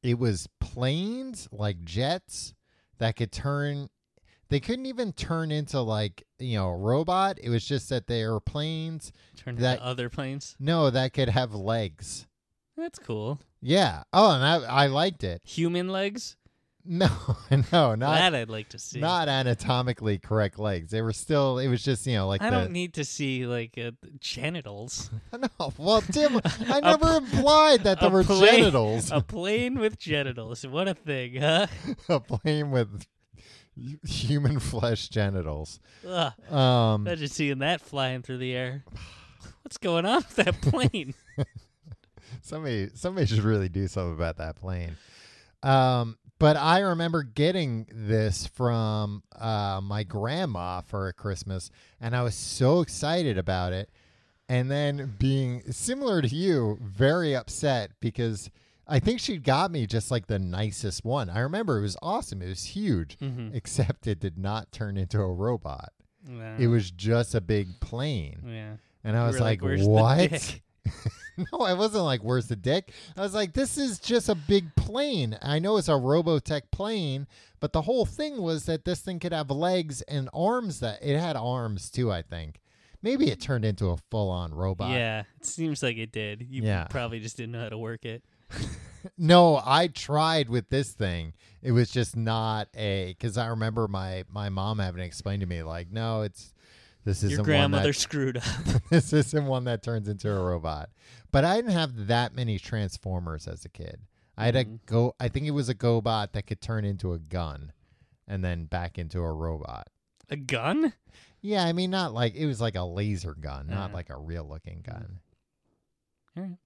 Speaker 2: it was planes, like jets, that could turn they couldn't even turn into like you know a robot it was just that they were planes
Speaker 3: Turned
Speaker 2: That-
Speaker 3: into other planes.
Speaker 2: no that could have legs
Speaker 3: That's cool.
Speaker 2: yeah oh and i, I liked it
Speaker 3: Human legs.
Speaker 2: no no not
Speaker 3: that I'd like to see.
Speaker 2: not anatomically correct legs they were still it was just you know like
Speaker 3: I
Speaker 2: the,
Speaker 3: don't need to see like uh, genitals.
Speaker 2: no well tim i never implied that there
Speaker 3: a
Speaker 2: were
Speaker 3: plane-
Speaker 2: genitals
Speaker 3: a plane with genitals. What a thing, huh?
Speaker 2: a plane with human flesh genitals
Speaker 3: Ugh,
Speaker 2: um
Speaker 3: imagine seeing that flying through the air. What's going on with that plane?
Speaker 2: Somebody somebody should really do something about that plane. Um, but I remember getting this from uh, my grandma for Christmas, and I was so excited about it. And then being similar to you, very upset because I think she got me just like the nicest one. I remember it was awesome. It was huge,
Speaker 3: Mhm.
Speaker 2: except it did not turn into a robot.
Speaker 3: No.
Speaker 2: It was just a big plane.
Speaker 3: yeah.
Speaker 2: And I
Speaker 3: You
Speaker 2: was
Speaker 3: were like,
Speaker 2: like,
Speaker 3: "Where's the
Speaker 2: what?
Speaker 3: dick?"
Speaker 2: no, I wasn't like, where's the dick? I was like, this is just a big plane. I know it's a Robotech plane, but the whole thing was that this thing could have legs and arms that it had arms too, I think. Maybe it turned into a full on robot.
Speaker 3: Yeah, it seems like it did. You
Speaker 2: Yeah.
Speaker 3: probably just didn't know how to work it.
Speaker 2: No, I tried with this thing. It was just not a because I remember my my mom having explained to me like, no, it's this isn't
Speaker 3: Your
Speaker 2: one
Speaker 3: grandmother
Speaker 2: that
Speaker 3: screwed up.
Speaker 2: this isn't one that turns into a robot. But I didn't have that many Transformers as a kid. I had a
Speaker 3: Mm-hmm.
Speaker 2: go. I think it was a GoBot that could turn into a gun, and then back into a robot.
Speaker 3: A gun?
Speaker 2: Yeah, I mean, not like it was like a laser gun, not
Speaker 3: Uh-huh.
Speaker 2: like a real looking gun.
Speaker 3: Mm-hmm. All right.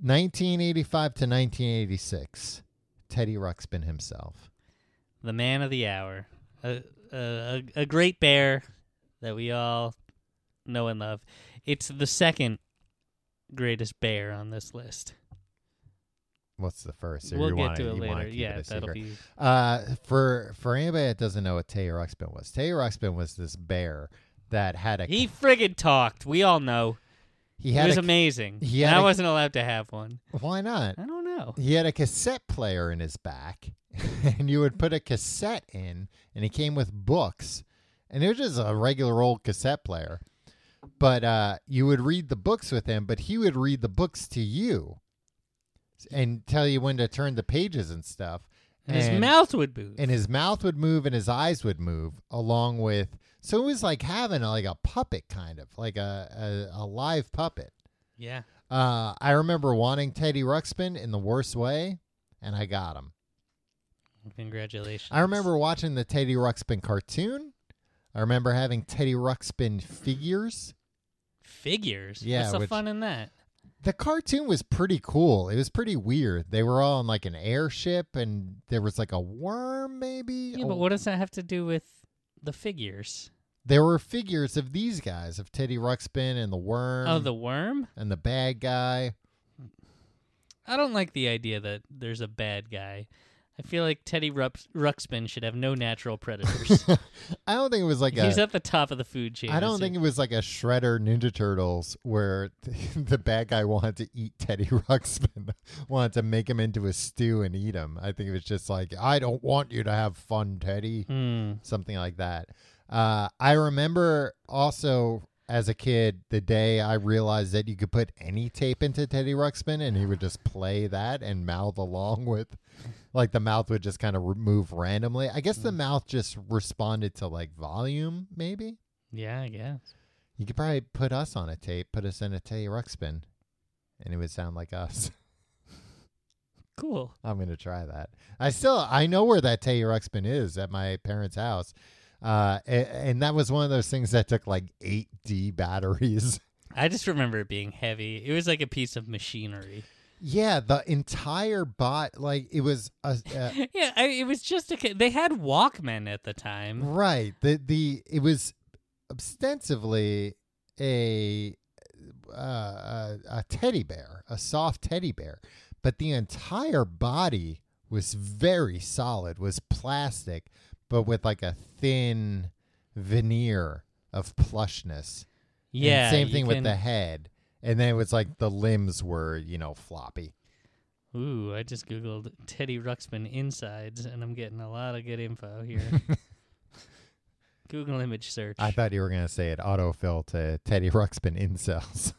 Speaker 2: 1985 to 1986, Teddy Ruxpin himself.
Speaker 3: The man of the hour. a, a, a great bear that we all know and love. It's the second greatest bear on this list.
Speaker 2: What's the first? Or
Speaker 3: we'll
Speaker 2: you
Speaker 3: get
Speaker 2: wanna-
Speaker 3: to it
Speaker 2: you wanna
Speaker 3: later.
Speaker 2: keep
Speaker 3: Yeah,
Speaker 2: a
Speaker 3: that'll
Speaker 2: secret?
Speaker 3: be
Speaker 2: Uh, for for anybody that doesn't know what Tay Ruxpin was, Tay Ruxpin was this bear that had a
Speaker 3: He friggin' talked. We all know.
Speaker 2: he
Speaker 3: He
Speaker 2: had
Speaker 3: was
Speaker 2: a,
Speaker 3: amazing.
Speaker 2: he
Speaker 3: And
Speaker 2: had
Speaker 3: I
Speaker 2: a-
Speaker 3: wasn't allowed to have one.
Speaker 2: why not?
Speaker 3: I don't know.
Speaker 2: He had a cassette player in his back, and you would put a cassette in, and he came with books, and it was just a regular old cassette player. But uh, you would read the books with him, but he would read the books to you, and tell you when to turn the pages and stuff.
Speaker 3: And his mouth would move.
Speaker 2: and his mouth would move and his eyes would move along with so it was like having like a puppet kind of like a a, a live puppet
Speaker 3: yeah.
Speaker 2: uh i remember wanting teddy ruxpin in the worst way and i got him
Speaker 3: Congratulations.
Speaker 2: i remember watching the teddy ruxpin cartoon i remember having teddy ruxpin figures
Speaker 3: figures.
Speaker 2: Yeah,
Speaker 3: What's the
Speaker 2: which-
Speaker 3: fun in that?
Speaker 2: the cartoon was pretty cool it was pretty weird they were all on like an airship and there was like a worm maybe Oh,
Speaker 3: Yeah,
Speaker 2: A-
Speaker 3: but what does that have to do with the figures?
Speaker 2: there were figures of these guys of teddy ruxpin and the worm
Speaker 3: oh, the worm?
Speaker 2: and the bad guy.
Speaker 3: I don't like the idea that there's a bad guy. I feel like Teddy Rup- Ruxpin should have no natural predators.
Speaker 2: I don't think it was like
Speaker 3: He's
Speaker 2: a.
Speaker 3: at the top of the food chain.
Speaker 2: I don't
Speaker 3: Is he?
Speaker 2: think it was like a Shredder Ninja Turtles where the bad guy wanted to eat Teddy Ruxpin, wanted to make him into a stew and eat him. I think it was just like, I don't want you to have fun, Teddy,
Speaker 3: Hmm.
Speaker 2: something like that. Uh, I remember also as a kid the day I realized that you could put any tape into Teddy Ruxpin and he would just play that and mouth along with, like the mouth would just kind of move randomly. I guess the mouth just responded to like volume, maybe.
Speaker 3: Yeah, I guess.
Speaker 2: You could probably put us on a tape, put us in a Teddy Ruxpin, and it would sound like us.
Speaker 3: Cool.
Speaker 2: I'm gonna try that. I still I know where that Teddy Ruxpin is at my parents' house, uh, a- and, that was one of those things that took like eight D batteries.
Speaker 3: I just remember it being heavy. It was like a piece of machinery.
Speaker 2: Yeah, the entire bot like it was a, a
Speaker 3: yeah, I, it was just a. ca- They had Walkmen at the time.
Speaker 2: right. The the it was ostensibly a uh, a, a teddy bear, a soft teddy bear, but the entire body was very solid, was plastic, but with like a thin veneer of plushness. And
Speaker 3: Yeah.
Speaker 2: same
Speaker 3: you
Speaker 2: thing with
Speaker 3: can-
Speaker 2: the head. And then it was like the limbs were, you know, floppy.
Speaker 3: Ooh, I just googled Teddy Ruxpin insides, and I'm getting a lot of good info here. Google image search.
Speaker 2: I thought you were going to say it autofill to Teddy Ruxpin incels.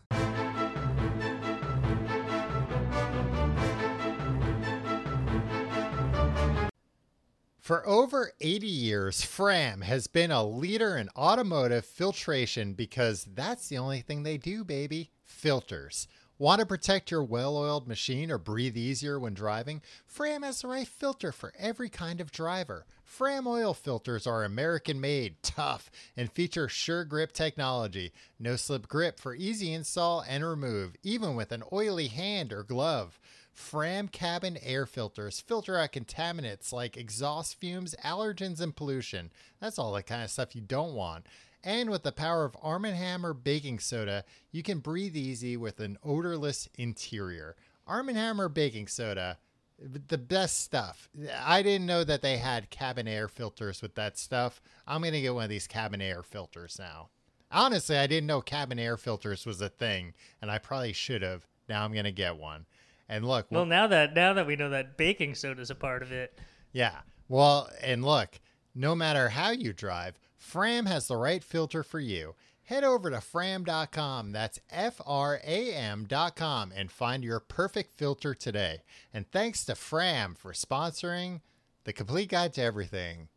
Speaker 2: For over 80 years, Fram has been a leader in automotive filtration because that's the only thing they do, baby. Filters. Want to protect your well oiled machine or breathe easier when driving? Fram has the right filter for every kind of driver. Fram oil filters are American made, tough, and feature sure grip technology. No slip grip for easy install and remove, even with an oily hand or glove. Fram cabin air filters filter out contaminants like exhaust fumes, allergens, and pollution. That's all the kind of stuff you don't want. And with the power of Arm & Hammer baking soda, you can breathe easy with an odorless interior. Arm & Hammer baking soda, the best stuff. I didn't know that they had cabin air filters with that stuff. I'm going to get one of these cabin air filters now. Honestly, I didn't know cabin air filters was a thing, and I probably should have. Now I'm going to get one. And look,
Speaker 1: Well, now that now that we know that baking soda's a part of it,
Speaker 2: yeah. Well, and look, no matter how you drive, Fram has the right filter for you. Head over to fram.com, that's F R A M.com, and find your perfect filter today. And thanks to Fram for sponsoring the complete guide to everything.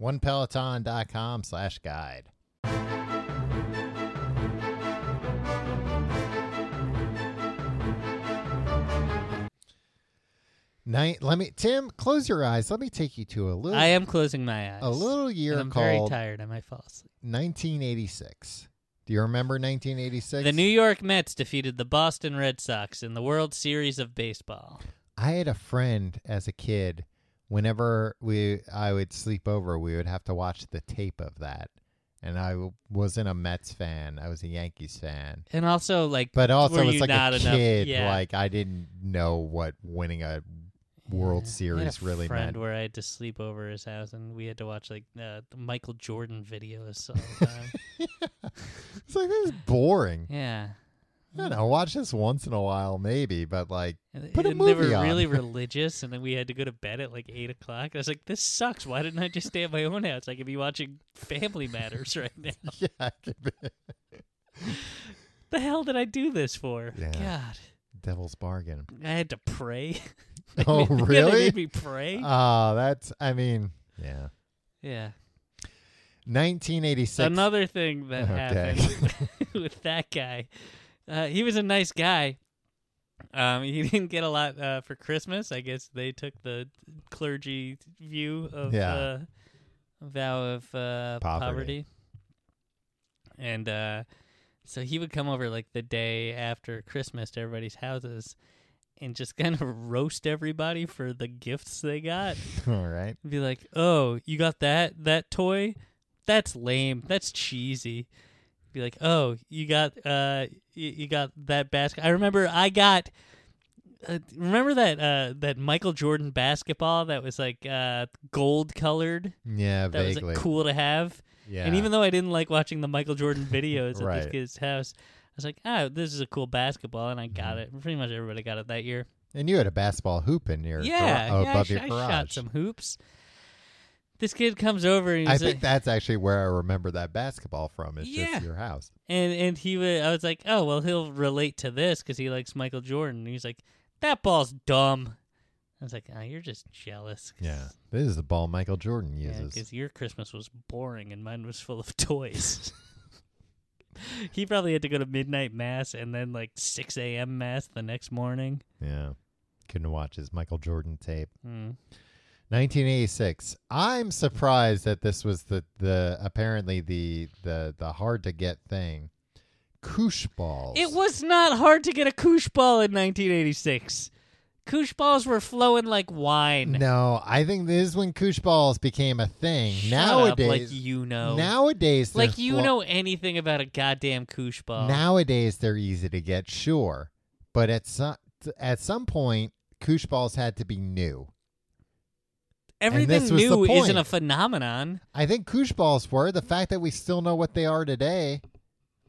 Speaker 2: OnePeloton.com slash guide. Night, let me, Tim, close your eyes. Let me take you to a little,
Speaker 3: I am closing my eyes.
Speaker 2: a little
Speaker 3: and
Speaker 2: year
Speaker 3: I'm very
Speaker 2: called
Speaker 3: tired. I might fall asleep.
Speaker 2: 1986. Do you remember 1986?
Speaker 3: The New York Mets defeated the Boston Red Sox in the World Series of Baseball.
Speaker 2: I had a friend as a kid whenever we I would sleep over, we would have to watch the tape of that. And I w- wasn't a Mets fan; I was a Yankees fan.
Speaker 3: And also, like,
Speaker 2: But also,
Speaker 3: Were
Speaker 2: as
Speaker 3: you
Speaker 2: like
Speaker 3: not
Speaker 2: a
Speaker 3: enough-
Speaker 2: kid,
Speaker 3: yeah.
Speaker 2: like I didn't know what winning a World
Speaker 3: Yeah. I had
Speaker 2: Series
Speaker 3: a
Speaker 2: really
Speaker 3: friend
Speaker 2: meant.
Speaker 3: where I had to sleep over his house, and we had to watch like uh, the Michael Jordan videos all the time.
Speaker 2: It's like this is boring.
Speaker 3: yeah,
Speaker 2: I don't know. Watch this once in a while, maybe, but like
Speaker 3: and
Speaker 2: Put a
Speaker 3: and they were
Speaker 2: movie on.
Speaker 3: really religious, and then we had to go to bed at like eight o'clock. I was like, "This sucks. Why didn't I just stay at my own house? I could be watching Family Matters right now. What
Speaker 2: yeah, I could be-
Speaker 3: the hell did I do this for?
Speaker 2: Yeah.
Speaker 3: God,
Speaker 2: devil's bargain.
Speaker 3: I had to pray. They
Speaker 2: Oh,
Speaker 3: made- yeah,
Speaker 2: really?
Speaker 3: they made me pray.
Speaker 2: Ah, that's. I mean, yeah.
Speaker 3: yeah.
Speaker 2: 1986.
Speaker 3: Another thing that
Speaker 2: Okay.
Speaker 3: happened with that guy, uh, he was a nice guy. Um, he didn't get a lot uh, for Christmas. I guess they took the clergy view of
Speaker 2: Yeah.
Speaker 3: uh, vow of uh,
Speaker 2: Poverty.
Speaker 3: poverty. and uh, so he would come over like the day after Christmas to everybody's houses and just kind of roast everybody for the gifts they got
Speaker 2: All right.
Speaker 3: be like, "Oh, you got that that toy? That's lame. That's cheesy." Be like, "Oh, you got uh y- you got that basket. I remember I got uh, remember that uh that Michael Jordan basketball that was like uh gold colored
Speaker 2: Yeah,
Speaker 3: that was
Speaker 2: vaguely.
Speaker 3: like, cool to have.
Speaker 2: Yeah.
Speaker 3: And even though I didn't like watching the Michael Jordan videos at
Speaker 2: Right.
Speaker 3: this kid's house, I was like, "Oh, this is a cool basketball," and I got
Speaker 2: Mm-hmm.
Speaker 3: it. Pretty much everybody got it that year
Speaker 2: And you had a basketball hoop in your
Speaker 3: yeah,
Speaker 2: gar-
Speaker 3: yeah,
Speaker 2: above
Speaker 3: I,
Speaker 2: your
Speaker 3: sh-
Speaker 2: garage.
Speaker 3: I shot some hoops. This kid comes over and
Speaker 2: I
Speaker 3: he's
Speaker 2: think
Speaker 3: like,
Speaker 2: that's actually where I remember that basketball from. It's
Speaker 3: Yeah.
Speaker 2: just your house.
Speaker 3: and and he was, I was like, oh well, he'll relate to this because he likes Michael Jordan. And he's like, that ball's dumb. I was like, oh, you're just jealous. 'cause-
Speaker 2: Yeah. This is the ball Michael Jordan
Speaker 3: yeah,
Speaker 2: uses.
Speaker 3: because your Christmas was boring and mine was full of toys. he probably had to go to midnight mass and then like six a.m. mass the next morning.
Speaker 2: yeah. Couldn't watch his Michael Jordan tape.
Speaker 3: Mm.
Speaker 2: 1986. I'm surprised that this was the, the apparently the the the hard to get thing. Koosh balls.
Speaker 3: It was not hard to get a koosh ball in 1986. Koosh balls were flowing like wine.
Speaker 2: No, I think this is when koosh balls became a thing.
Speaker 3: Shut up,
Speaker 2: nowadays,
Speaker 3: like you know,
Speaker 2: nowadays, they're
Speaker 3: like you
Speaker 2: flo-
Speaker 3: know anything about a goddamn koosh ball.
Speaker 2: Nowadays, they're easy to get, sure, but at some at some point, koosh balls had to be new.
Speaker 3: everything
Speaker 2: this was the
Speaker 3: new isn't
Speaker 2: point.
Speaker 3: a phenomenon.
Speaker 2: I think koosh balls were the fact that we still know what they are today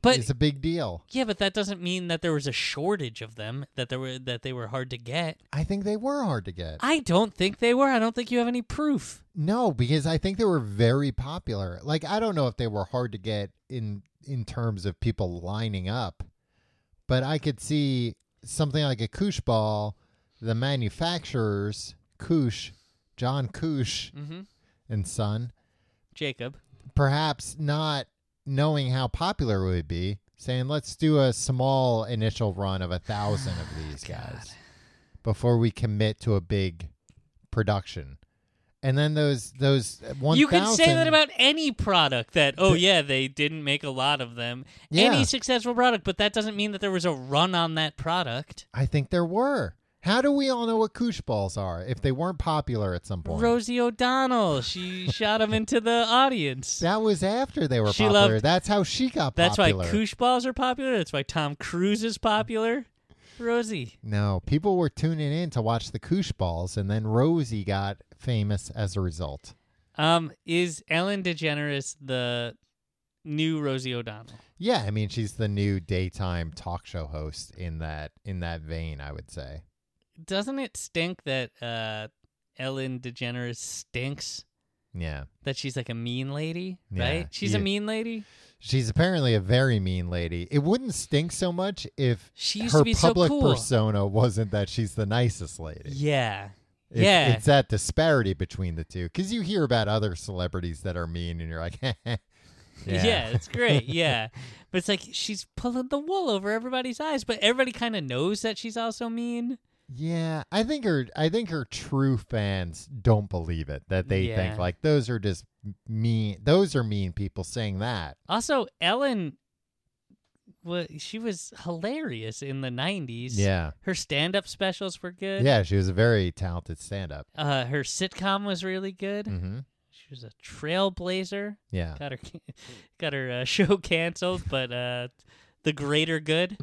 Speaker 3: But
Speaker 2: is a big deal.
Speaker 3: yeah, but that doesn't mean that there was a shortage of them. That there were that they were hard to get.
Speaker 2: I think they were hard to get.
Speaker 3: I don't think they were. I don't think you have any proof.
Speaker 2: no, because I think they were very popular. Like I don't know if they were hard to get in in terms of people lining up, but I could see something like a koosh ball, the manufacturers, Koosh, John Koosh
Speaker 3: Mm-hmm.
Speaker 2: and Son.
Speaker 3: Jacob,
Speaker 2: perhaps not knowing how popular it would be, saying, let's do a small initial run of a thousand of these guys before we commit to a big production. And then those those one
Speaker 3: you can say that about any product. That oh yeah, they didn't make a lot of them.
Speaker 2: Yeah.
Speaker 3: Any successful product, but that doesn't mean that there was a run on that product.
Speaker 2: I think there were. How do we all know what koosh balls are if they weren't popular at some point?
Speaker 3: Rosie O'Donnell, she shot him into the audience.
Speaker 2: that was after they were
Speaker 3: She
Speaker 2: popular.
Speaker 3: loved-
Speaker 2: That's how she got
Speaker 3: That's
Speaker 2: popular.
Speaker 3: why koosh balls are popular. That's why Tom Cruise is popular. Rosie.
Speaker 2: No, people were tuning in to watch the koosh balls, and then Rosie got famous as a result.
Speaker 3: Um, is Ellen DeGeneres the new Rosie O'Donnell?
Speaker 2: Yeah, I mean she's the new daytime talk show host in that in that vein, I would say.
Speaker 3: Doesn't it stink that uh, Ellen DeGeneres stinks?
Speaker 2: Yeah.
Speaker 3: That she's like a mean lady,
Speaker 2: Yeah,
Speaker 3: right? She's a
Speaker 2: yeah.
Speaker 3: mean lady.
Speaker 2: She's apparently a very mean lady. It wouldn't stink so much if
Speaker 3: She used
Speaker 2: her
Speaker 3: to be so
Speaker 2: public
Speaker 3: cool.
Speaker 2: persona wasn't that she's the nicest lady.
Speaker 3: Yeah.
Speaker 2: It's,
Speaker 3: yeah.
Speaker 2: It's that disparity between the two cuz you hear about other celebrities that are mean and you're like yeah.
Speaker 3: Yeah. it's great. Yeah. but it's like she's pulling the wool over everybody's eyes, but everybody kind of knows that she's also mean.
Speaker 2: Yeah, I think her I think her true fans don't believe it that they think
Speaker 3: Yeah.
Speaker 2: like those are just mean those are mean people saying that.
Speaker 3: Also, Ellen was she was hilarious in the 90s.
Speaker 2: Yeah.
Speaker 3: Her stand-up specials were good.
Speaker 2: Yeah, she was a very talented stand up.
Speaker 3: Uh, her sitcom was really good.
Speaker 2: hmm
Speaker 3: She was a trailblazer.
Speaker 2: Yeah.
Speaker 3: Got her got her uh, show canceled, but uh the greater good.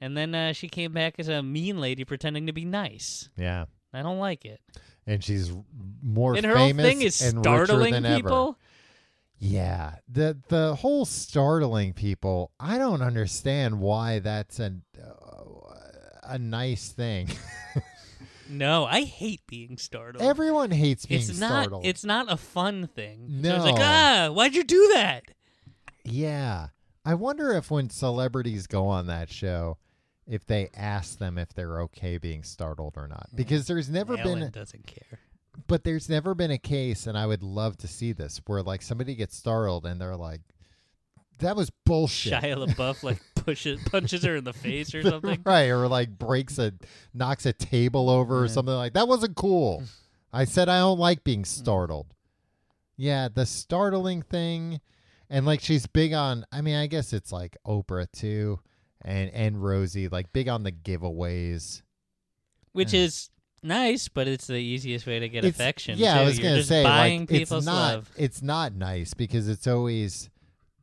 Speaker 3: And then uh, she came back as a mean lady pretending to be nice.
Speaker 2: Yeah.
Speaker 3: I don't like it.
Speaker 2: And she's r- more
Speaker 3: and her whole
Speaker 2: famous
Speaker 3: thing is
Speaker 2: and richer
Speaker 3: startling
Speaker 2: than ever.
Speaker 3: people.
Speaker 2: Yeah, the the whole startling people. I don't understand why that's an uh, a nice thing.
Speaker 3: No, I hate being startled.
Speaker 2: Everyone hates being
Speaker 3: it's not
Speaker 2: startled.
Speaker 3: it's not a fun thing. So it's like,
Speaker 2: No.
Speaker 3: ah, why'd you do that?
Speaker 2: yeah. I wonder if when celebrities go on that show, if they ask them if they're okay being startled or
Speaker 3: Mm.
Speaker 2: not, because there's never
Speaker 3: Ellen
Speaker 2: been,
Speaker 3: doesn't care.
Speaker 2: but there's never been a case, and I would love to see this where like somebody gets startled and they're like, "That was bullshit."
Speaker 3: Shia LaBeouf like pushes punches her in the face or something.
Speaker 2: Right, or like breaks a knocks a table over or
Speaker 3: Yeah. Mm.
Speaker 2: something like that wasn't cool. I said I don't like being startled. Yeah, the startling thing and like she's big on I mean, I guess it's like Oprah too and and Rosie, like big on the giveaways.
Speaker 3: which is nice, but it's the easiest way to get
Speaker 2: It's-
Speaker 3: affection.
Speaker 2: Yeah, I
Speaker 3: too.
Speaker 2: was
Speaker 3: You're
Speaker 2: gonna
Speaker 3: just
Speaker 2: say
Speaker 3: buying
Speaker 2: like,
Speaker 3: people's
Speaker 2: it's not
Speaker 3: love.
Speaker 2: it's not nice because it's always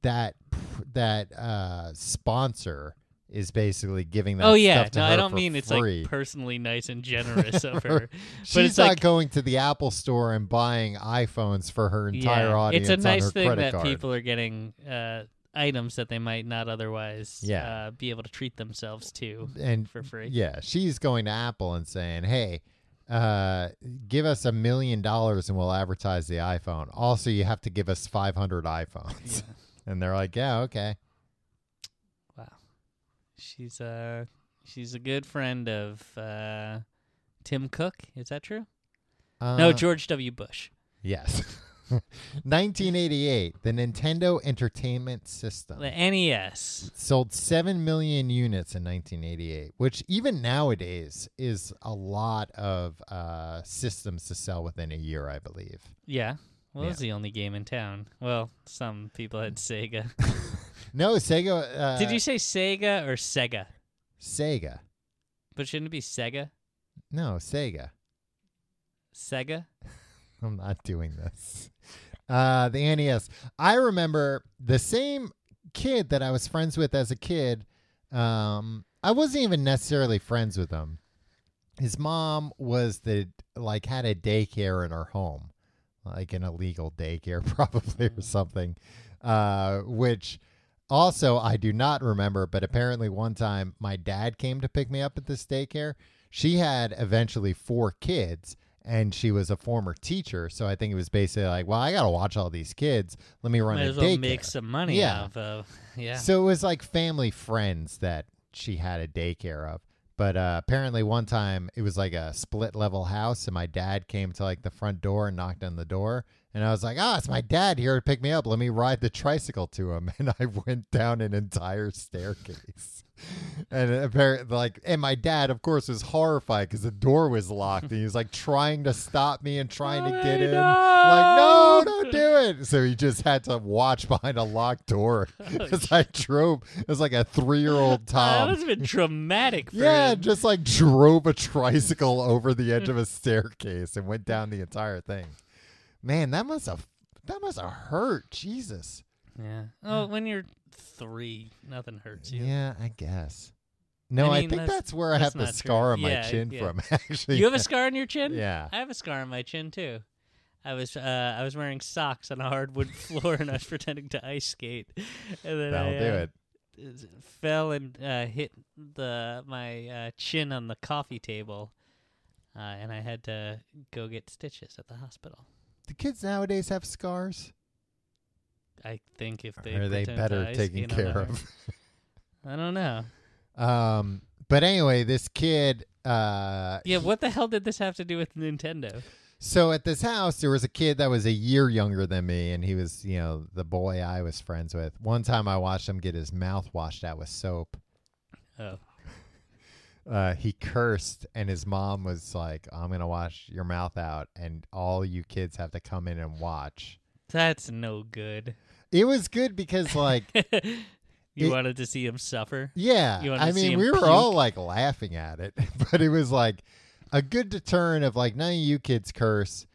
Speaker 2: that pr- that uh sponsor is basically giving that
Speaker 3: Oh yeah,
Speaker 2: stuff to
Speaker 3: no,
Speaker 2: her
Speaker 3: I don't
Speaker 2: for
Speaker 3: mean it's
Speaker 2: free.
Speaker 3: like personally nice and generous of her.
Speaker 2: She's
Speaker 3: But it's
Speaker 2: not
Speaker 3: like-
Speaker 2: going to the Apple store and buying iPhones for her entire
Speaker 3: yeah,
Speaker 2: audience.
Speaker 3: it's a nice
Speaker 2: on her
Speaker 3: thing
Speaker 2: credit
Speaker 3: that
Speaker 2: card.
Speaker 3: people are getting uh, items that they might not otherwise
Speaker 2: Yeah.
Speaker 3: uh, be able to treat themselves to
Speaker 2: and
Speaker 3: for free.
Speaker 2: yeah, she's going to Apple and saying, "Hey, uh, give us a million dollars and we'll advertise the iPhone. Also, you have to give us 500 iPhones." and they're like, "Yeah, okay."
Speaker 3: Wow, she's uh she's a good friend of uh, Tim Cook. Is that true?
Speaker 2: Uh,
Speaker 3: no, George W. Bush.
Speaker 2: Yes. 1988, the Nintendo Entertainment System.
Speaker 3: The E NES.
Speaker 2: sold 7 million units in 1988 which even nowadays is a lot of uh, systems to sell within a year i believe
Speaker 3: Yeah. Well,
Speaker 2: Yeah.
Speaker 3: it was the only game in town. Well, some people had Sega.
Speaker 2: no sega uh,
Speaker 3: Did you say Sega or Sega?
Speaker 2: sega
Speaker 3: But shouldn't it be Sega?
Speaker 2: no sega
Speaker 3: Sega?
Speaker 2: i'm not doing this uh, the nes i remember the same kid that i was friends with as a kid um, i wasn't even necessarily friends with him his mom was the like had a daycare in her home like an illegal daycare probably
Speaker 3: Mm.
Speaker 2: or something uh, which also i do not remember but apparently one time my dad came to pick me up at this daycare she had eventually four kids and she was a former teacher so i think it was basically like well i gotta watch all these kids let me run
Speaker 3: Might
Speaker 2: a
Speaker 3: as well
Speaker 2: daycare
Speaker 3: make some money
Speaker 2: Yeah.
Speaker 3: off of. Yeah.
Speaker 2: so it was like family friends that she had a daycare of. But uh, apparently, one time it was like a split level house, and my dad came to like the front door and knocked on the door. And I was like, ah, it's my dad here to pick me up. Let me ride the tricycle to him. And I went down an entire staircase. and apparently, like, and my dad, of course, was horrified because the door was locked. And he was like trying to stop me and trying to get in. Like, no, don't do it. So he just had to watch behind a locked door as I drove. It was like a three year old
Speaker 3: Oh, that
Speaker 2: Tom.
Speaker 3: must have been traumatic for
Speaker 2: um, Yeah,
Speaker 3: him.
Speaker 2: just like drove a tricycle over the edge of a staircase and went down the entire thing. Man, that must have that must have hurt. Jesus.
Speaker 3: Yeah. Oh, when you're three, nothing hurts you.
Speaker 2: Yeah, I guess. No, I,
Speaker 3: mean,
Speaker 2: think
Speaker 3: that's-
Speaker 2: that's, where I
Speaker 3: that's
Speaker 2: have the
Speaker 3: not
Speaker 2: scar
Speaker 3: true.
Speaker 2: on my
Speaker 3: Yeah,
Speaker 2: chin
Speaker 3: yeah.
Speaker 2: from. Actually,
Speaker 3: You have a scar on your chin?
Speaker 2: Yeah.
Speaker 3: I have a scar on my chin too. I was uh, I was wearing socks on a hardwood floor and I was pretending to ice skate, and then
Speaker 2: That'll
Speaker 3: I,
Speaker 2: do
Speaker 3: uh,
Speaker 2: it.
Speaker 3: is- fell and uh, hit the my uh, chin on the coffee table, uh, and I had to go get stitches at the hospital.
Speaker 2: The kids nowadays have scars.
Speaker 3: I think if they
Speaker 2: Or are they
Speaker 3: pretend
Speaker 2: better
Speaker 3: to ice
Speaker 2: taken
Speaker 3: skate
Speaker 2: care
Speaker 3: on the-
Speaker 2: of?
Speaker 3: I don't know.
Speaker 2: Um, but anyway, this kid. Uh,
Speaker 3: Yeah, what the hell did this have to do with Nintendo?
Speaker 2: so at this house, there was a kid that was a year younger than me, and he was, you know, the boy I was friends with. One time, I watched him get his mouth washed out with soap.
Speaker 3: Oh,
Speaker 2: Uh, he cursed, and his mom was like, "I'm gonna wash your mouth out, and all you kids have to come in and watch."
Speaker 3: that's no good.
Speaker 2: It was good because, like,
Speaker 3: You
Speaker 2: It-
Speaker 3: wanted to see him suffer.
Speaker 2: Yeah,
Speaker 3: You wanted
Speaker 2: I
Speaker 3: to see
Speaker 2: mean,
Speaker 3: him
Speaker 2: we were all
Speaker 3: puke?
Speaker 2: like laughing at it, but it was like a good deterrent of like none of you kids curse,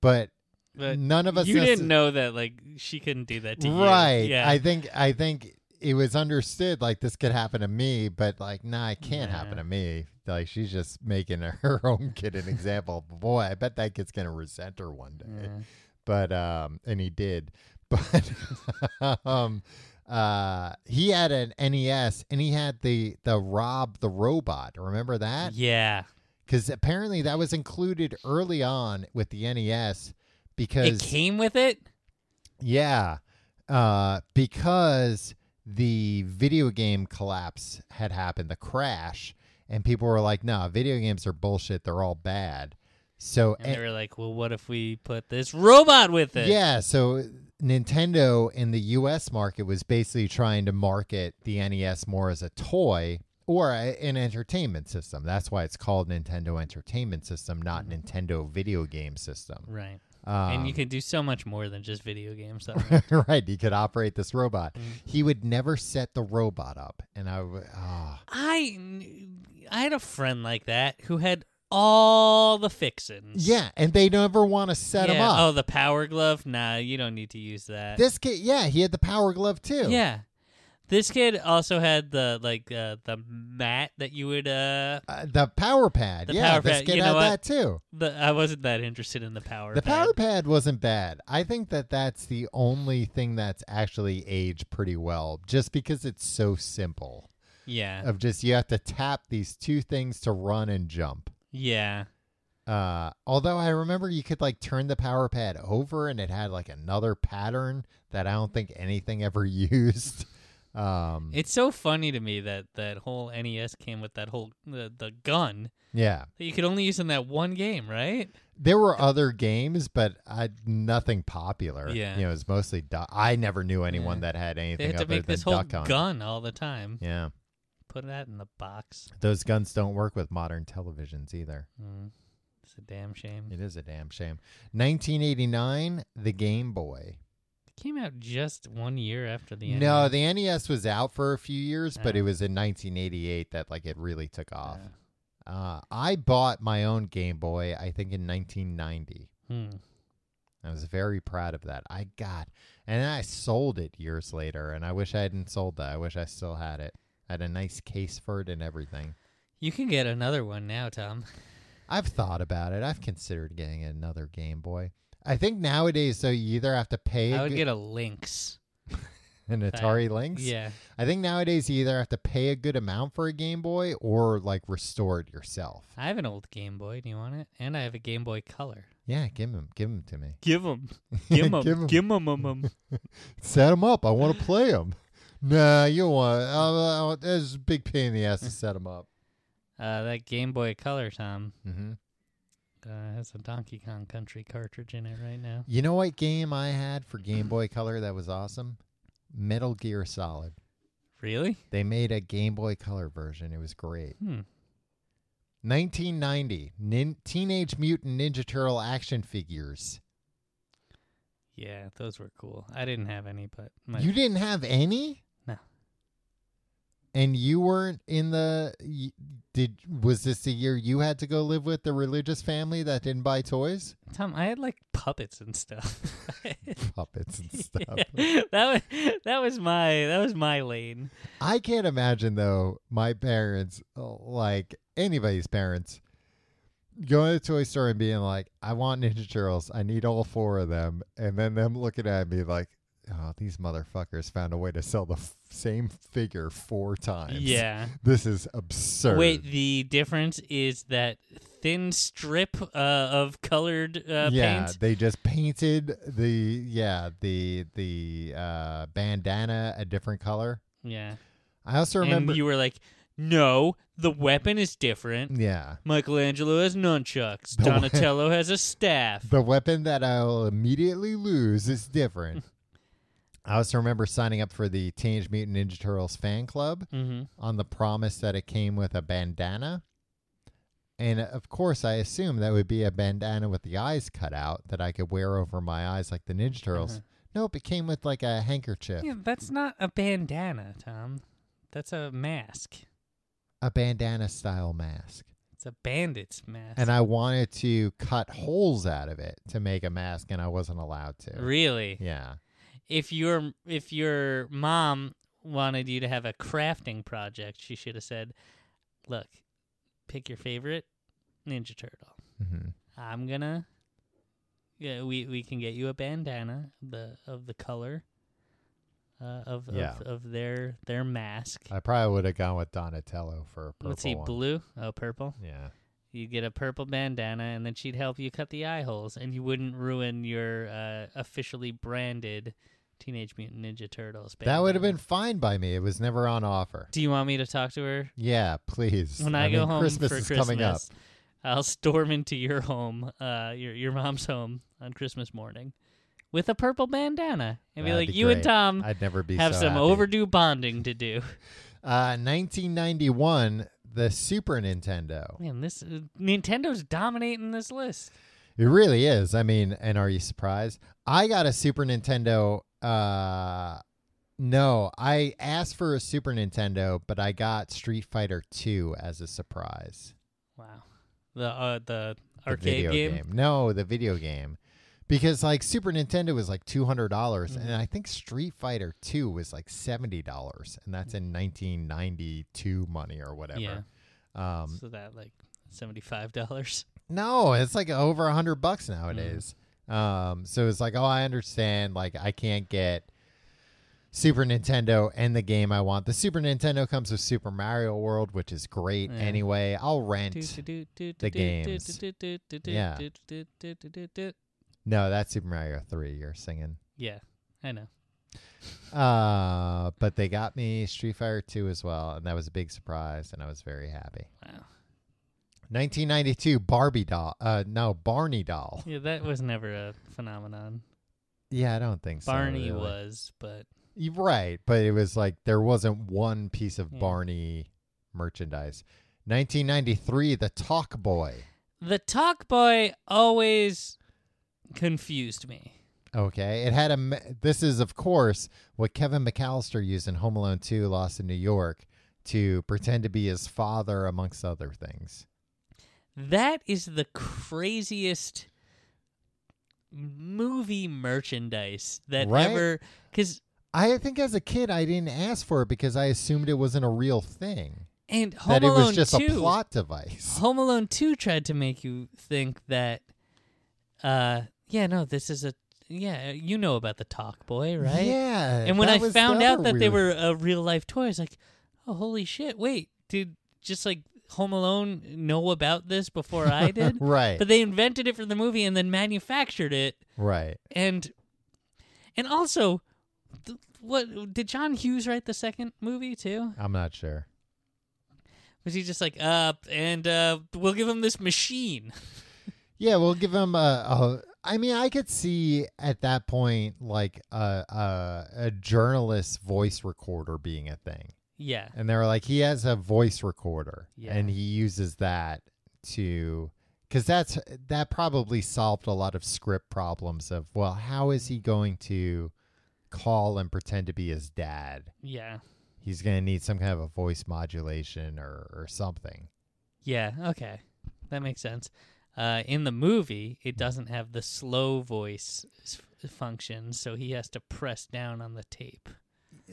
Speaker 2: but,
Speaker 3: But
Speaker 2: none of us
Speaker 3: you
Speaker 2: necess-
Speaker 3: didn't know that like she couldn't do that to you.
Speaker 2: right.
Speaker 3: Yeah.
Speaker 2: I think I think it was understood like this could happen to me, but like nah, it can't
Speaker 3: Nah.
Speaker 2: happen to me. Like she's just making her own kid an example. Boy, I bet that kid's gonna resent her one day.
Speaker 3: Yeah.
Speaker 2: but um and he did but um uh he had an nes and he had the the rob the robot remember that
Speaker 3: yeah.
Speaker 2: because apparently that was included early on with the nes
Speaker 3: It
Speaker 2: because
Speaker 3: came with it?
Speaker 2: yeah uh because the video game collapse had happened the crash and people were like nah video games are bullshit they're all bad so
Speaker 3: And they were like, well, what if we put this robot with it?
Speaker 2: Eh. Yeah, so Nintendo in the US market was basically trying to market the NES more as a toy or a, an entertainment system. That's why it's called Nintendo Entertainment System, not
Speaker 3: Mm-hmm.
Speaker 2: Nintendo Video Game System.
Speaker 3: Right.
Speaker 2: Um,
Speaker 3: and you can do so much more than just video games. I think.
Speaker 2: could right, you could operate this robot. He would never set the robot up, and I would. ah,
Speaker 3: I I had a friend like that who had all the fixins.
Speaker 2: yeah, and they never want to set him
Speaker 3: Yeah.
Speaker 2: up.
Speaker 3: Oh, the power glove? Nah, you don't need to use that.
Speaker 2: This kid, yeah, he had the power glove too.
Speaker 3: yeah. This kid also had the like uh, the mat that you would uh
Speaker 2: Uh, the power pad.
Speaker 3: The
Speaker 2: yeah,
Speaker 3: power
Speaker 2: this
Speaker 3: pad,
Speaker 2: kid
Speaker 3: you
Speaker 2: had
Speaker 3: know what?
Speaker 2: that too.
Speaker 3: the I wasn't that interested in the power.
Speaker 2: The
Speaker 3: pad.
Speaker 2: power pad wasn't bad. I think that that's the only thing that's actually aged pretty well, just because it's so simple.
Speaker 3: Yeah.
Speaker 2: Of just you have to tap these two things to run and jump.
Speaker 3: yeah.
Speaker 2: Uh, although I remember you could like turn the power pad over and it had like another pattern that I don't think anything ever used. Um,
Speaker 3: It's so funny to me that that whole NES came with that whole the, the gun
Speaker 2: yeah,
Speaker 3: that you could only use in that one game, right?
Speaker 2: there were other games, but I, nothing popular.
Speaker 3: Yeah.
Speaker 2: you know, it was mostly. Du- I never knew anyone
Speaker 3: Yeah.
Speaker 2: that had
Speaker 3: They
Speaker 2: anything
Speaker 3: had to
Speaker 2: other
Speaker 3: make
Speaker 2: than
Speaker 3: this whole
Speaker 2: Duck Hunt.
Speaker 3: gun all the time.
Speaker 2: Yeah.
Speaker 3: Put that in the box.
Speaker 2: Those guns don't work with modern televisions either.
Speaker 3: Mm. It's a damn shame.
Speaker 2: It is a damn shame. 1989, the Game Boy.
Speaker 3: It came out just one year after the E
Speaker 2: No,
Speaker 3: NES.
Speaker 2: the NES was out for a few years, but
Speaker 3: Oh.
Speaker 2: it was in 1988 that like it really took off.
Speaker 3: Uh,
Speaker 2: Uh, I bought my own Game Boy, I think in 1990.
Speaker 3: hmm.
Speaker 2: I was very proud of that. I got, and I sold it years later, and I wish I hadn't sold that. I wish I still had it. I had a nice case for it and everything.
Speaker 3: You can get another one now, Tom.
Speaker 2: I've thought about it. I've considered getting another Game Boy. I think nowadays, though, you either have to pay
Speaker 3: I
Speaker 2: a
Speaker 3: would
Speaker 2: good-
Speaker 3: get a Lynx.
Speaker 2: an Atari Lynx.
Speaker 3: Yeah.
Speaker 2: I think nowadays you either have to pay a good amount for a Game Boy or like restore it yourself.
Speaker 3: I have an old Game Boy. Do you want it? And I have a Game Boy Color.
Speaker 2: Yeah, give him, give him to me.
Speaker 3: Give them.
Speaker 2: Give 'em, Give 'em. um, give Set him up. I want to play him. Nah, you don't want. Uh, uh, that's a big pain in the ass to set him up.
Speaker 3: Uh, that Game Boy Color, Tom,
Speaker 2: hmm
Speaker 3: uh, has a Donkey Kong Country cartridge in it right now.
Speaker 2: You know what game I had for Game Boy Color that was awesome? Metal Gear Solid.
Speaker 3: Really?
Speaker 2: They made a Game Boy Color version. It was great.
Speaker 3: Hmm.
Speaker 2: 1990 nin- Teenage Mutant Ninja Turtle action figures.
Speaker 3: Yeah, those were cool. I didn't have any, but my,
Speaker 2: You didn't have any?
Speaker 3: No.
Speaker 2: And you weren't in the y- did was this the year you had to go live with the religious family that didn't buy toys?
Speaker 3: Tom, I had like puppets and stuff.
Speaker 2: Puppets and stuff.
Speaker 3: Yeah, that was that was my that was my lane.
Speaker 2: I can't imagine though my parents uh, like anybody's parents going to the toy store and being like, I want Ninja Turtles, I need all four of them, and then them looking at me like, Oh, these motherfuckers found a way to sell the f- same figure four times.
Speaker 3: Yeah.
Speaker 2: This is absurd.
Speaker 3: Wait, the difference is that thin strip uh, of colored uh,
Speaker 2: yeah,
Speaker 3: paint.
Speaker 2: they just painted the yeah the the uh, bandana a different color.
Speaker 3: Yeah.
Speaker 2: I also remember.
Speaker 3: And you were like, "No, the weapon is different.
Speaker 2: yeah,
Speaker 3: Michelangelo has nunchucks.
Speaker 2: The wea-
Speaker 3: Donatello has a staff."
Speaker 2: the weapon that I'll immediately lose is different. I also remember signing up for the Teenage Mutant Ninja Turtles fan club
Speaker 3: mm-hmm.
Speaker 2: on the promise that it came with a bandana. And of course, I assumed that would be a bandana with the eyes cut out that I could wear over my eyes like the Ninja Turtles. Nope, it came with like a handkerchief,
Speaker 3: Uh-huh. Yeah, that's not a bandana, Tom. That's a mask.
Speaker 2: a bandana style mask.
Speaker 3: It's a bandit's mask.
Speaker 2: And I wanted to cut holes out of it to make a mask, and I wasn't allowed to.
Speaker 3: really,
Speaker 2: Yeah.
Speaker 3: if your if your mom wanted you to have a crafting project, she should have said, "Look, pick your favorite Ninja Turtle.
Speaker 2: hmm
Speaker 3: I'm gonna, yeah, we we can get you a bandana the of the color." Uh, of,
Speaker 2: Yeah.
Speaker 3: of of their their mask.
Speaker 2: I probably would have gone with Donatello for a purple
Speaker 3: Let's see,
Speaker 2: one.
Speaker 3: blue. Oh, purple.
Speaker 2: Yeah.
Speaker 3: You'd get a purple bandana, and then she'd help you cut the eye holes, and you wouldn't ruin your uh, officially branded Teenage Mutant Ninja Turtles. Bandana.
Speaker 2: That would have been fine by me. It was never on offer.
Speaker 3: Do you want me to talk to her
Speaker 2: Yeah, please.
Speaker 3: when I, go
Speaker 2: mean,
Speaker 3: home
Speaker 2: Christmas
Speaker 3: for
Speaker 2: is
Speaker 3: Christmas?
Speaker 2: coming up.
Speaker 3: I'll storm into your home, uh, your your mom's home on Christmas morning, with a purple bandana, and be
Speaker 2: That'd
Speaker 3: like,
Speaker 2: be
Speaker 3: "You and
Speaker 2: great.
Speaker 3: Tom
Speaker 2: I'd never be
Speaker 3: have
Speaker 2: so
Speaker 3: some
Speaker 2: happy.
Speaker 3: overdue bonding to do."
Speaker 2: Uh, 1991, the Super Nintendo.
Speaker 3: Man, this uh, Nintendo's dominating this list.
Speaker 2: It really is. I mean, and are you surprised? I got a Super Nintendo. Uh, no, I asked for a Super Nintendo, but I got Street Fighter 2 as a surprise.
Speaker 3: Wow, the uh, the
Speaker 2: The
Speaker 3: arcade
Speaker 2: video
Speaker 3: game.
Speaker 2: No, the video game. Because like Super Nintendo was like two hundred dollars,
Speaker 3: Mhm.
Speaker 2: and I think Street Fighter Two was like seventy dollars, and that's in nineteen ninety two money or whatever.
Speaker 3: Yeah.
Speaker 2: Um,
Speaker 3: so that like seventy five dollars.
Speaker 2: No, it's like over a hundred bucks
Speaker 3: Mm.
Speaker 2: nowadays. Um, so it's like, oh, I understand. Like, I can't get Super Nintendo and the game I want. The Super Nintendo comes with Super Mario World, which is great.
Speaker 3: Yeah.
Speaker 2: Anyway, I'll rent.
Speaker 3: The
Speaker 2: games. Yeah. No, that's Super Mario Three. You're singing.
Speaker 3: Yeah, I know.
Speaker 2: Uh, but they got me Street Fighter Two as well, and that was a big surprise, and I was very happy.
Speaker 3: Wow.
Speaker 2: 1992 Barbie doll. Uh, no, Barney doll.
Speaker 3: Yeah, that was never a phenomenon.
Speaker 2: Yeah, I don't think so.
Speaker 3: Barney
Speaker 2: really.
Speaker 3: was, but
Speaker 2: You're Right, but it was like there wasn't one piece of
Speaker 3: Yeah.
Speaker 2: Barney merchandise. 1993, The Talk Boy.
Speaker 3: the Talk Boy always confused me.
Speaker 2: Okay, it had a. me- This is of course what Kevin McAllister used in Home Alone 2: Lost in New York to pretend to be his father, amongst other things.
Speaker 3: That is the craziest movie merchandise that
Speaker 2: Right?
Speaker 3: ever. Because
Speaker 2: I think as a kid I didn't ask for it because I assumed it wasn't a real thing.
Speaker 3: and Home
Speaker 2: that it
Speaker 3: Alone
Speaker 2: was just
Speaker 3: 2,
Speaker 2: a plot device.
Speaker 3: Home Alone 2 tried to make you think that, uh, yeah, no, this is a, yeah, you know about the talk boy, right?
Speaker 2: Yeah.
Speaker 3: And when
Speaker 2: that
Speaker 3: I
Speaker 2: was the
Speaker 3: found out
Speaker 2: other
Speaker 3: that they
Speaker 2: weird-
Speaker 3: were a real life toy, I was like, oh, holy shit, wait, did just like Home Alone know about this before I did?
Speaker 2: right,
Speaker 3: But they invented it for the movie and then manufactured it.
Speaker 2: right.
Speaker 3: And, and also, th- what did John Hughes write the second movie too?
Speaker 2: I'm not sure.
Speaker 3: Was he just like, uh, and uh, we'll give him this machine?
Speaker 2: Yeah, we'll give him a. a I mean, I could see at that point like a, a a journalist voice recorder being a thing,
Speaker 3: Yeah.
Speaker 2: and they were like, he has a voice recorder,
Speaker 3: Yeah.
Speaker 2: and he uses that to because that's that probably solved a lot of script problems of well, how is he going to call and pretend to be his dad?
Speaker 3: Yeah.
Speaker 2: He's going to need some kind of a voice modulation or or something.
Speaker 3: Yeah. Okay. That makes sense. Uh, in the movie, it doesn't have the slow voice s- function, so he has to press down on the tape.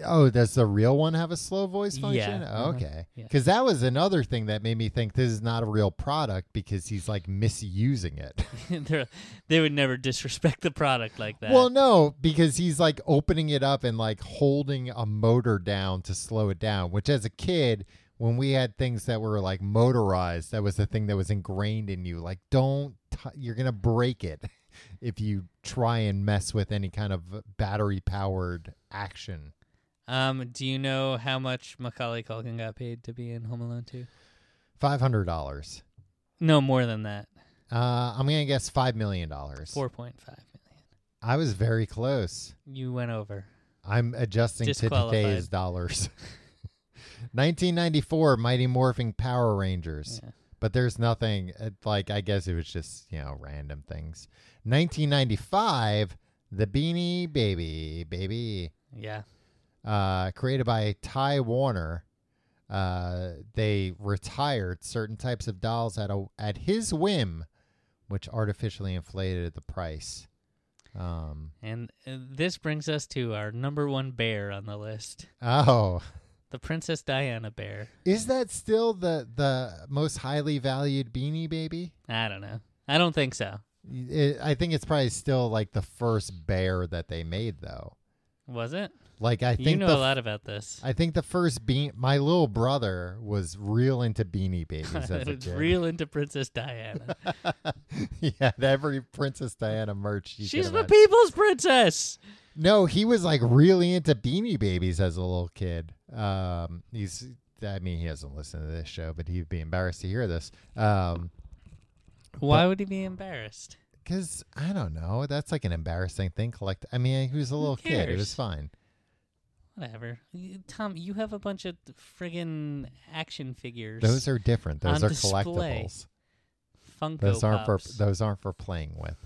Speaker 2: Oh, does the real one have a slow voice function?
Speaker 3: Yeah,
Speaker 2: Oh,
Speaker 3: uh-huh,
Speaker 2: Okay.
Speaker 3: yeah.
Speaker 2: Because that was another thing that made me think this is not a real product because he's like misusing it.
Speaker 3: They're- they would never disrespect the product like that.
Speaker 2: well, no, because he's like opening it up and like holding a motor down to slow it down, which as a kid, when we had things that were like motorized, that was the thing that was ingrained in you. Like, don't, t- you're going to break it if you try and mess with any kind of battery powered action.
Speaker 3: um, do you know how much Macaulay Culkin got paid to be in Home Alone 2?
Speaker 2: $500.
Speaker 3: No, more than that.
Speaker 2: Uh, I'm gonna guess five million dollars.
Speaker 3: 4.5 million.
Speaker 2: I was very close.
Speaker 3: You went over.
Speaker 2: I'm adjusting to
Speaker 3: Disqualified.
Speaker 2: today's dollars. 1994 Mighty Morphing Power Rangers.
Speaker 3: Yeah.
Speaker 2: But there's nothing uh, like I guess it was just, you know, random things. 1995 The Beanie Baby, baby.
Speaker 3: Yeah.
Speaker 2: uh, created by Ty Warner. Uh, they retired certain types of dolls at a, at his whim, which artificially inflated the price. Um,
Speaker 3: And uh, this brings us to our number one bear on the list
Speaker 2: oh,
Speaker 3: the Princess Diana bear.
Speaker 2: is that still the the most highly valued Beanie Baby?
Speaker 3: I don't know. I don't think so.
Speaker 2: It, I think it's probably still like the first bear that they made, though.
Speaker 3: Was it?
Speaker 2: Like I think
Speaker 3: You know
Speaker 2: the
Speaker 3: a lot about this.
Speaker 2: I think the first bean. My little brother was real into Beanie Babies as a
Speaker 3: was
Speaker 2: kid.
Speaker 3: real into Princess Diana.
Speaker 2: he had every Princess Diana merch. you could
Speaker 3: She's the
Speaker 2: imagine.
Speaker 3: people's princess.
Speaker 2: No, he was like really into Beanie Babies as a little kid. Um, he's, I mean, he doesn't listen to this show, but he'd be embarrassed to hear this. Um,
Speaker 3: Why would he be embarrassed?
Speaker 2: cause I don't know, that's like an embarrassing thing. Collect. I mean, he was a little kid. It
Speaker 3: cares?
Speaker 2: was fine.
Speaker 3: Whatever. You- Tom, you have a bunch of friggin' action figures.
Speaker 2: Those are different. Those
Speaker 3: On
Speaker 2: are
Speaker 3: display.
Speaker 2: collectibles.
Speaker 3: Funko
Speaker 2: Those aren't
Speaker 3: Pops.
Speaker 2: for those aren't for playing with.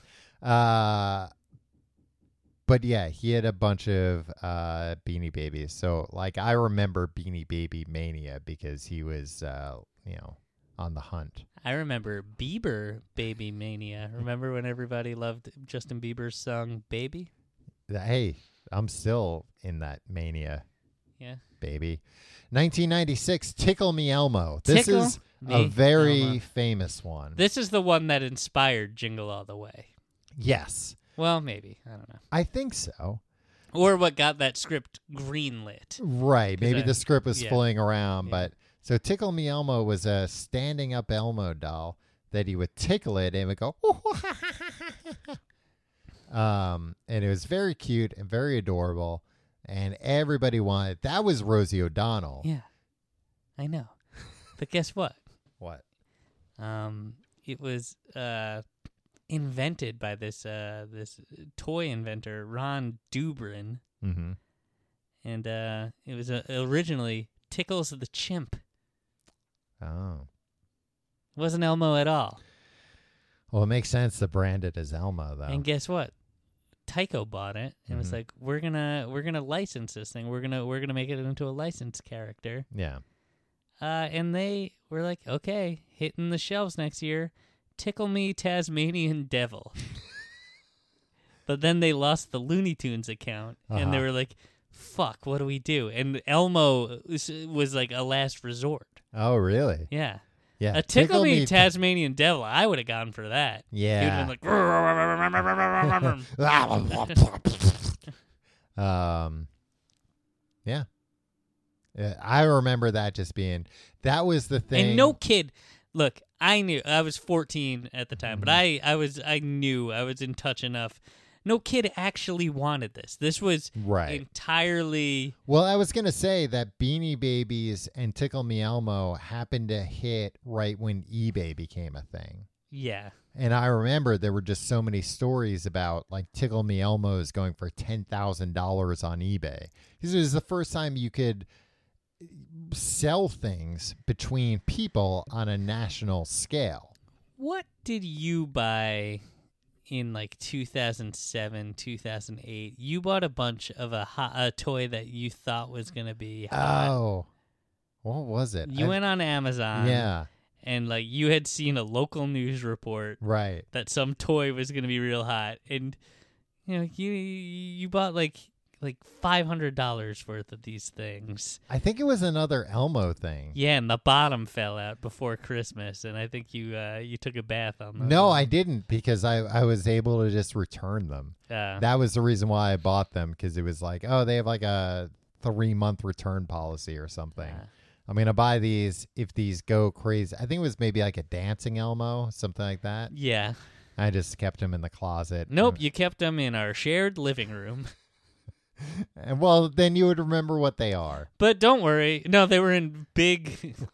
Speaker 2: Uh, but yeah, he had a bunch of uh, Beanie Babies. So like I remember Beanie Baby mania because he was uh, you know on the hunt.
Speaker 3: I remember Bieber Baby Mania. Remember when everybody loved Justin Bieber's song Baby?
Speaker 2: Th- Hey, I'm still in that mania,
Speaker 3: Yeah.
Speaker 2: baby. 1996, Tickle Me Elmo. This
Speaker 3: Tickle
Speaker 2: is a
Speaker 3: Me
Speaker 2: very
Speaker 3: Elmo.
Speaker 2: famous one.
Speaker 3: This is the one that inspired Jingle All the Way.
Speaker 2: yes,
Speaker 3: Well, maybe. I don't know.
Speaker 2: I think so.
Speaker 3: Or what got that script greenlit.
Speaker 2: Right.
Speaker 3: 'Cause
Speaker 2: Maybe
Speaker 3: I-
Speaker 2: the script was
Speaker 3: yeah.
Speaker 2: flying around,
Speaker 3: Yeah.
Speaker 2: but so Tickle Me Elmo was a standing up Elmo doll that he would tickle it and it would go. um, and it was very cute and very adorable, and everybody wanted. That was Rosie O'Donnell.
Speaker 3: Yeah. I know. but guess what?
Speaker 2: What?
Speaker 3: Um, it was uh, invented by this uh, this toy inventor Ron Dubrin,
Speaker 2: Mm-hmm.
Speaker 3: and uh, it was uh, originally Tickles the Chimp.
Speaker 2: Oh.
Speaker 3: Wasn't Elmo at all.
Speaker 2: Well, it makes sense to brand it as Elmo though.
Speaker 3: And guess what? Tyco bought it and was
Speaker 2: Mhm.
Speaker 3: like, "We're gonna we're gonna license this thing. We're gonna we're gonna make it into a licensed character."
Speaker 2: yeah.
Speaker 3: Uh, and they were like, "Okay, hitting the shelves next year. Tickle me Tasmanian Devil." but then they lost the Looney Tunes account, and they
Speaker 2: Uh-huh.
Speaker 3: were like, "Fuck, what do we do?" And Elmo was, was like a last resort.
Speaker 2: Oh, really?
Speaker 3: Yeah,
Speaker 2: Yeah.
Speaker 3: a tickle, me,
Speaker 2: Ta-
Speaker 3: Tasmanian Devil. I would have gone for that. He would
Speaker 2: yeah.
Speaker 3: have been like, "Grr, grr, grr, grr, grr, grr, grr, grr."
Speaker 2: um, yeah. Uh, I remember that just being that was the thing.
Speaker 3: And no kid, look, I knew I was 14 at the time, but I
Speaker 2: Mm-hmm.
Speaker 3: I was I knew I was in touch enough. No kid actually wanted this. This was
Speaker 2: right.
Speaker 3: entirely
Speaker 2: Well, I was gonna say that Beanie Babies and Tickle Me Elmo happened to hit right when eBay became a thing.
Speaker 3: yeah.
Speaker 2: And I remember there were just so many stories about like Tickle Me Elmo's going for ten thousand dollars on eBay. This was the first time you could eh, sell things between people on a national scale.
Speaker 3: What did you buy in like 2007, 2008? You bought a bunch of a, hot, a toy that you thought was going to be hot.
Speaker 2: Oh, what was it?
Speaker 3: you
Speaker 2: I-
Speaker 3: went on Amazon
Speaker 2: yeah,
Speaker 3: and like you had seen a local news report
Speaker 2: right.
Speaker 3: that some toy was going to be real hot and you know you you bought like like $500 worth of these things.
Speaker 2: I think it was another Elmo thing.
Speaker 3: Yeah, and the bottom fell out before Christmas and I think you uh you took a bath on them.
Speaker 2: No, I didn't because I, I was able to just return them.
Speaker 3: uh,
Speaker 2: That was the reason why I bought them because it was like, oh, they have like a three month return policy or something.
Speaker 3: Yeah.
Speaker 2: I'm going to buy these if these go crazy. I think it was maybe like a dancing Elmo, something like that.
Speaker 3: yeah.
Speaker 2: I just kept them in the closet.
Speaker 3: Nope, you kept them in our shared living room.
Speaker 2: And well, then you would remember what they are.
Speaker 3: But don't worry. No, they were in big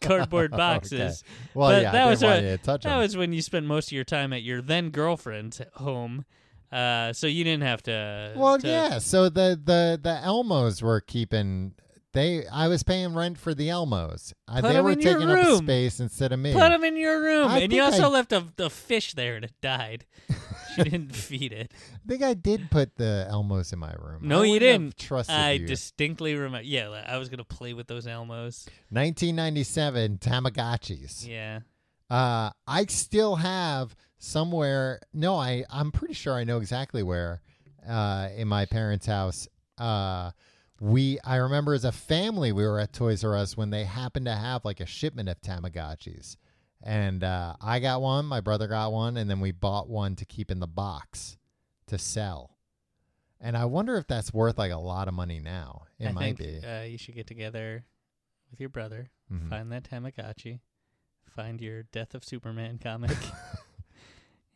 Speaker 3: cardboard
Speaker 2: Okay.
Speaker 3: boxes.
Speaker 2: Well,
Speaker 3: But
Speaker 2: yeah,
Speaker 3: that
Speaker 2: I
Speaker 3: was
Speaker 2: didn't want
Speaker 3: a-
Speaker 2: you to touch
Speaker 3: That
Speaker 2: 'em.
Speaker 3: was when you spent most of your time at your then girlfriend's home. Uh, so you didn't have to
Speaker 2: Well,
Speaker 3: to-
Speaker 2: yeah. So the the the Elmos were keeping They, I was paying rent for the Elmos. Uh,
Speaker 3: Put
Speaker 2: they
Speaker 3: 'em
Speaker 2: were
Speaker 3: in your
Speaker 2: taking up
Speaker 3: room.
Speaker 2: space instead of me.
Speaker 3: Put him in your room,
Speaker 2: I
Speaker 3: and you
Speaker 2: think
Speaker 3: also
Speaker 2: I-
Speaker 3: left a, a fish there and it died. She didn't feed it.
Speaker 2: I think I did put the Elmos in my room.
Speaker 3: No,
Speaker 2: I
Speaker 3: you
Speaker 2: wouldn't have
Speaker 3: didn't.
Speaker 2: Trusted
Speaker 3: I
Speaker 2: you.
Speaker 3: distinctly remember. Yeah, like, I was gonna play with those Elmos.
Speaker 2: 1997 Tamagotchis.
Speaker 3: Yeah,
Speaker 2: Uh, I still have somewhere. No, I I'm pretty sure I know exactly where. Uh, in my parents' house. Uh, we I remember as a family we were at Toys R Us when they happened to have like a shipment of Tamagotchis, and uh, I got one, my brother got one, and then we bought one to keep in the box to sell. And I wonder if that's worth like a lot of money now. It
Speaker 3: I
Speaker 2: might
Speaker 3: think,
Speaker 2: be.
Speaker 3: Uh, you should get together with your brother,
Speaker 2: Mhm.
Speaker 3: find that Tamagotchi, find your Death of Superman comic,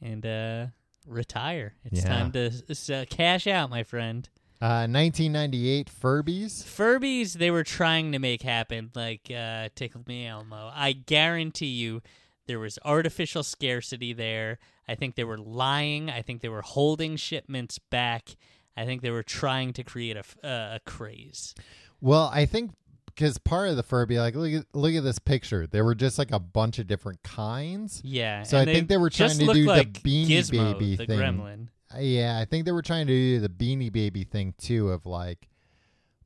Speaker 3: and uh, retire. It's
Speaker 2: Yeah.
Speaker 3: time to s- s- uh, cash out, my friend.
Speaker 2: Uh, 1998 Furbies.
Speaker 3: Furbies they were trying to make happen, like uh, Tickle Me Elmo. I guarantee you there was artificial scarcity there. I think they were lying. I think they were holding shipments back. I think they were trying to create a, f- uh, a craze.
Speaker 2: Well, I think because part of the Furby, like look at look at this picture. There were just like a bunch of different kinds.
Speaker 3: Yeah.
Speaker 2: So
Speaker 3: and
Speaker 2: I think they were
Speaker 3: just
Speaker 2: trying to
Speaker 3: looked
Speaker 2: do the
Speaker 3: like
Speaker 2: Beanie
Speaker 3: Gizmo,
Speaker 2: Baby
Speaker 3: the
Speaker 2: thing.
Speaker 3: gremlin.
Speaker 2: Uh, Yeah, I think they were trying to do the Beanie Baby thing too, of like,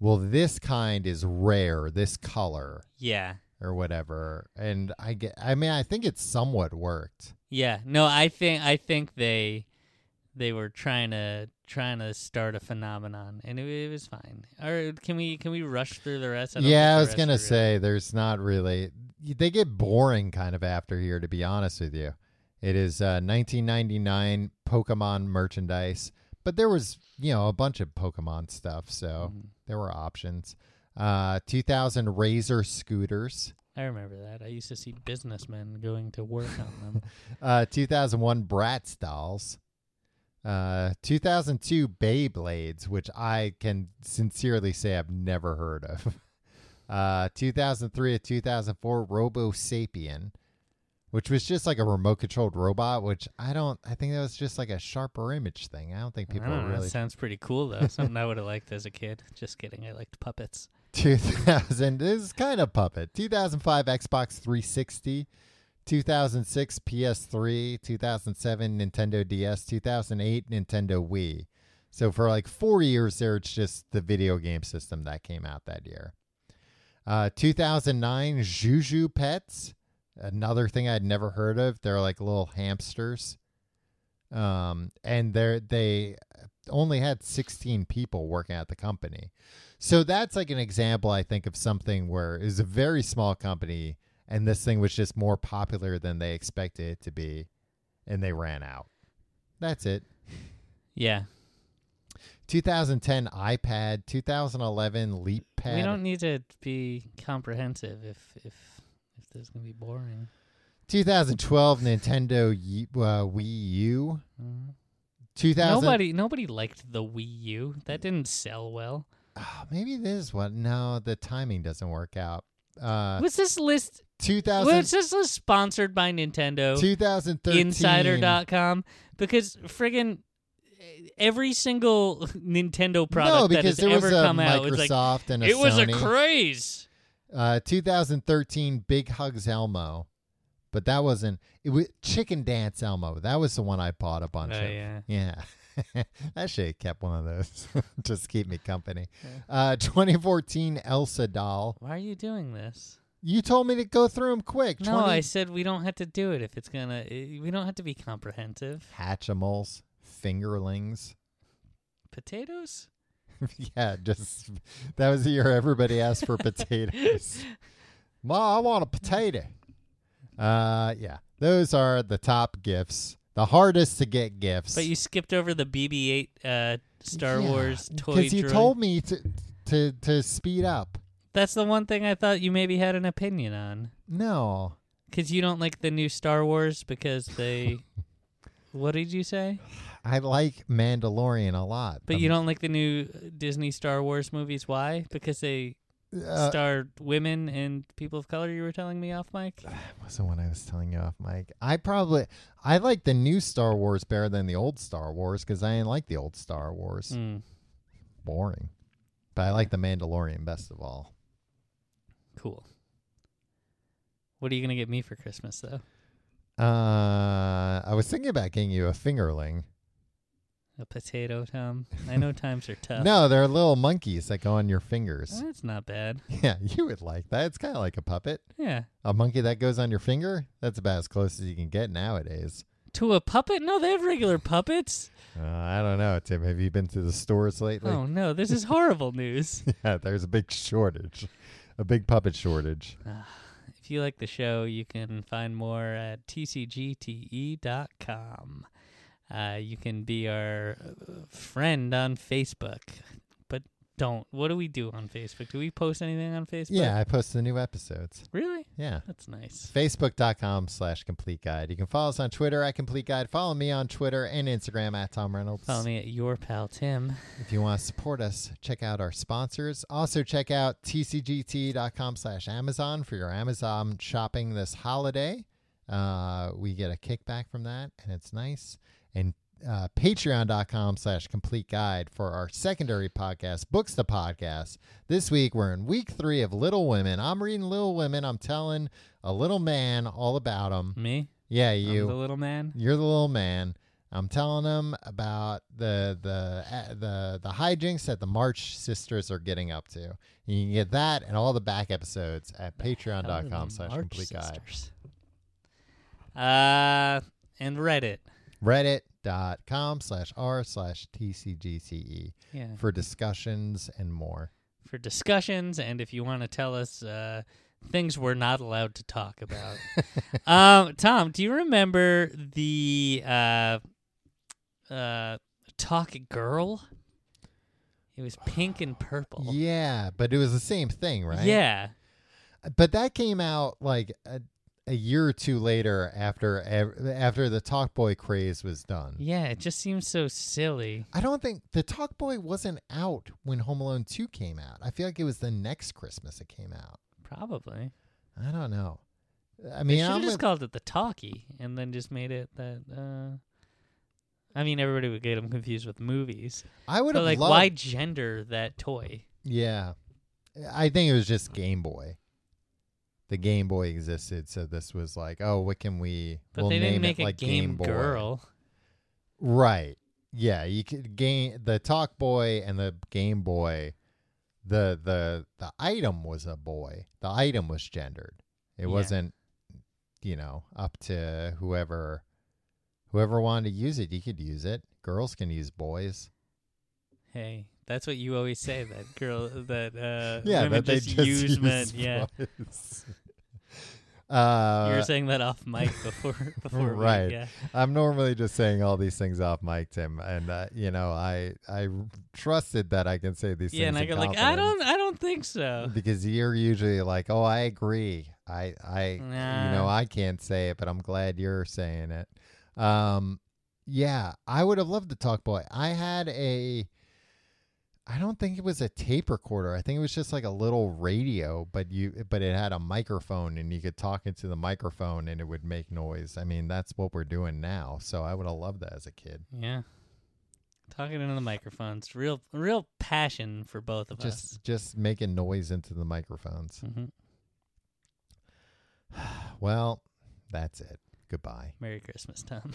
Speaker 2: well, this kind is rare, this color
Speaker 3: Yeah.
Speaker 2: or whatever. And I get, I mean, I think it somewhat worked.
Speaker 3: Yeah. No, I think I think they they were trying to trying to start a phenomenon and it, it was fine. Or can we can we rush through the rest? I don't think
Speaker 2: yeah, I
Speaker 3: the
Speaker 2: was
Speaker 3: rest
Speaker 2: gonna
Speaker 3: are really-
Speaker 2: say there's not really. They get boring kind of after here, to be honest with you. It is uh, 1999 Pokemon merchandise, but there was you know a bunch of Pokemon stuff, so
Speaker 3: Mhm.
Speaker 2: there were options. Uh, 2000 Razor scooters,
Speaker 3: I remember that. I used to see businessmen going to work on them.
Speaker 2: uh, 2001 Bratz dolls, uh, 2002 Beyblades, which I can sincerely say I've never heard of. Uh, 2003 to 2004 Robo Sapien, which was just like a remote controlled robot, which I don't, I think that was just like a sharper image thing. I don't think people
Speaker 3: I don't know,
Speaker 2: really.
Speaker 3: That sounds pretty cool though. Something I would have liked as a kid. Just kidding. I liked puppets.
Speaker 2: 2000 this is kind of puppet 2005 xbox 360 2006 ps3 2007 nintendo ds 2008 nintendo wii so for like four years there it's just the video game system that came out that year uh, 2009 juju pets another thing i'd never heard of they're like little hamsters um, and they're they only had 16 people working at the company so that's like an example, I think, of something where it was a very small company and this thing was just more popular than they expected it to be and they ran out. That's it.
Speaker 3: Yeah.
Speaker 2: 2010 iPad, 2011 LeapPad.
Speaker 3: We don't need to be comprehensive if if if this is gonna be boring.
Speaker 2: 2012 Nintendo Ye- uh, Wii U.
Speaker 3: Mhm.
Speaker 2: 2000.
Speaker 3: Nobody nobody liked the Wii U. That didn't sell well.
Speaker 2: Ah, maybe this is what. No, the timing doesn't work out. Uh,
Speaker 3: was this list was
Speaker 2: 2000,
Speaker 3: this list sponsored by Nintendo
Speaker 2: 2013.
Speaker 3: Insider.com? Because friggin' every single Nintendo product
Speaker 2: No,
Speaker 3: that
Speaker 2: because
Speaker 3: has
Speaker 2: there was
Speaker 3: ever
Speaker 2: a
Speaker 3: come out was like
Speaker 2: Microsoft and a
Speaker 3: it was a
Speaker 2: Sony.
Speaker 3: craze.
Speaker 2: Uh, 2013 Big Hugs Elmo, but that wasn't it was Chicken Dance Elmo. That was the one I bought a bunch
Speaker 3: Oh,
Speaker 2: of.
Speaker 3: yeah.
Speaker 2: Yeah. I should have kept one of those. Just to keep me company. Uh, 2014 Elsa doll.
Speaker 3: Why are you doing this?
Speaker 2: You told me to go through them quick.
Speaker 3: No,
Speaker 2: 20
Speaker 3: I said we don't have to do it if it's gonna. i we don't have to be comprehensive.
Speaker 2: Hatchimals, fingerlings.
Speaker 3: Potatoes.
Speaker 2: yeah, just that was the year everybody asked for potatoes. Ma, I want a potato. Uh, yeah, those are the top gifts. The hardest to get gifts.
Speaker 3: But you skipped over the BB-8 uh, Star
Speaker 2: Yeah,
Speaker 3: Wars toy.
Speaker 2: you
Speaker 3: droid.
Speaker 2: told me to to to speed up.
Speaker 3: That's the one thing I thought you maybe had an opinion on.
Speaker 2: No,
Speaker 3: Because you don't like the new Star Wars because they. what did you say?
Speaker 2: I like Mandalorian a lot. Um,
Speaker 3: But you don't like the new uh, Disney Star Wars movies. Why? Because
Speaker 2: don't.
Speaker 3: they
Speaker 2: Uh,
Speaker 3: star women and people of color. You were telling me off mic.
Speaker 2: that wasn't what I was telling you off, Mike. I probably I like the new Star Wars better than the old Star Wars because I didn't like the old Star Wars.
Speaker 3: Mm.
Speaker 2: boring. But I like The Mandalorian best of all.
Speaker 3: Cool. What are you gonna get me for Christmas though?
Speaker 2: Uh, I was thinking about getting you a fingerling.
Speaker 3: A potato, Tom. I know times are tough.
Speaker 2: No, they're little monkeys that go on your fingers.
Speaker 3: that's not bad.
Speaker 2: Yeah, you would like that. It's kind of like a puppet.
Speaker 3: Yeah.
Speaker 2: A monkey that goes on your finger? That's about as close as you can get nowadays.
Speaker 3: To a puppet? No, they have regular puppets.
Speaker 2: Uh, I don't know, Tim. Have you been to the stores lately?
Speaker 3: Oh no, this is horrible news.
Speaker 2: Yeah, there's a big shortage, a big puppet shortage.
Speaker 3: If you like the show, you can find more at tcgte.com. E Uh, you can be our uh, friend on Facebook, but don't. What do we do on Facebook? Do we post anything on Facebook?
Speaker 2: Yeah, I post the new episodes.
Speaker 3: Really?
Speaker 2: Yeah.
Speaker 3: That's nice.
Speaker 2: Facebook.com slash complete guide. You can follow us on Twitter at complete guide. Follow me on Twitter and Instagram at Tom Reynolds.
Speaker 3: Follow me at your pal Tim.
Speaker 2: If you want to support us, check out our sponsors. Also, check out tcgt.com slash Amazon for your Amazon shopping this holiday. Uh, we get a kickback from that, and it's nice. And uh, patreon.com slash complete guide for our secondary podcast, Books the Podcast. This week, we're in week three of Little Women. I'm reading Little Women. I'm telling a little man all about them.
Speaker 3: Me?
Speaker 2: Yeah,
Speaker 3: I'm
Speaker 2: you.
Speaker 3: the little man?
Speaker 2: You're the little man. I'm telling him about the the uh, the the hijinks that the March sisters are getting up to. You can get that and all the back episodes at
Speaker 3: Hell, the
Speaker 2: patreon.com slash
Speaker 3: March
Speaker 2: complete guide.
Speaker 3: sisters. Uh, and Reddit.
Speaker 2: Reddit.com slash r slash TCGCE
Speaker 3: Yeah.
Speaker 2: E for discussions and more.
Speaker 3: for discussions and if you want to tell us uh, things we're not allowed to talk about. um, Tom, do you remember the uh, uh, Talk Girl? It was pink and purple.
Speaker 2: Yeah, but it was the same thing, right?
Speaker 3: Yeah.
Speaker 2: But that came out like a, a year or two later after ev- after the Talk Boy craze was done.
Speaker 3: Yeah, it just seems so silly.
Speaker 2: I don't think the Talk Boy wasn't out when Home Alone 2 came out. I feel like it was the next Christmas it came out.
Speaker 3: Probably.
Speaker 2: I don't know. I
Speaker 3: They
Speaker 2: mean,
Speaker 3: should
Speaker 2: I'm
Speaker 3: have just
Speaker 2: with-
Speaker 3: called it the Talkie and then just made it that. Uh, I mean, everybody would get them confused with movies.
Speaker 2: I would
Speaker 3: But,
Speaker 2: have
Speaker 3: like,
Speaker 2: loved.
Speaker 3: why gender that toy?
Speaker 2: Yeah, I think it was just Game Boy. The Game Boy existed, so this was like, oh, what can we?
Speaker 3: But
Speaker 2: we'll
Speaker 3: they didn't
Speaker 2: name
Speaker 3: make
Speaker 2: it like
Speaker 3: a game,
Speaker 2: Boy.
Speaker 3: girl.
Speaker 2: right? Yeah, you could game the Talk Boy and the Game Boy. The the the item was a boy. The item was gendered. It
Speaker 3: Yeah.
Speaker 2: wasn't, you know, up to whoever whoever wanted to use it. You could use it. Girls can use boys.
Speaker 3: Hey, that's what you always say. That girl, that uh,
Speaker 2: yeah,
Speaker 3: women
Speaker 2: that they
Speaker 3: just, use, men. Yeah,
Speaker 2: boys. Uh,
Speaker 3: you were saying that off mic before. before we-
Speaker 2: Right.
Speaker 3: yeah.
Speaker 2: I'm normally just saying all these things off mic, Tim, and uh, you know, I I trusted that I can say these
Speaker 3: Yeah,
Speaker 2: things.
Speaker 3: and I
Speaker 2: in
Speaker 3: go like, I don't,
Speaker 2: confidence
Speaker 3: I don't think so.
Speaker 2: because you're usually like, oh, I agree. I I you know
Speaker 3: Nah.
Speaker 2: I can't say it, but I'm glad you're saying it. Um, yeah, I would have loved to talk boy. I had a. I don't think it was a tape recorder. I think it was just like a little radio, but you but it had a microphone and you could talk into the microphone and it would make noise. I mean, that's what we're doing now. So I would have loved that as a kid.
Speaker 3: Yeah, talking into the microphones, real, real passion for both of us.
Speaker 2: Just just making noise into the microphones.
Speaker 3: Mhm.
Speaker 2: Well, that's it. Goodbye.
Speaker 3: Merry Christmas, Tom.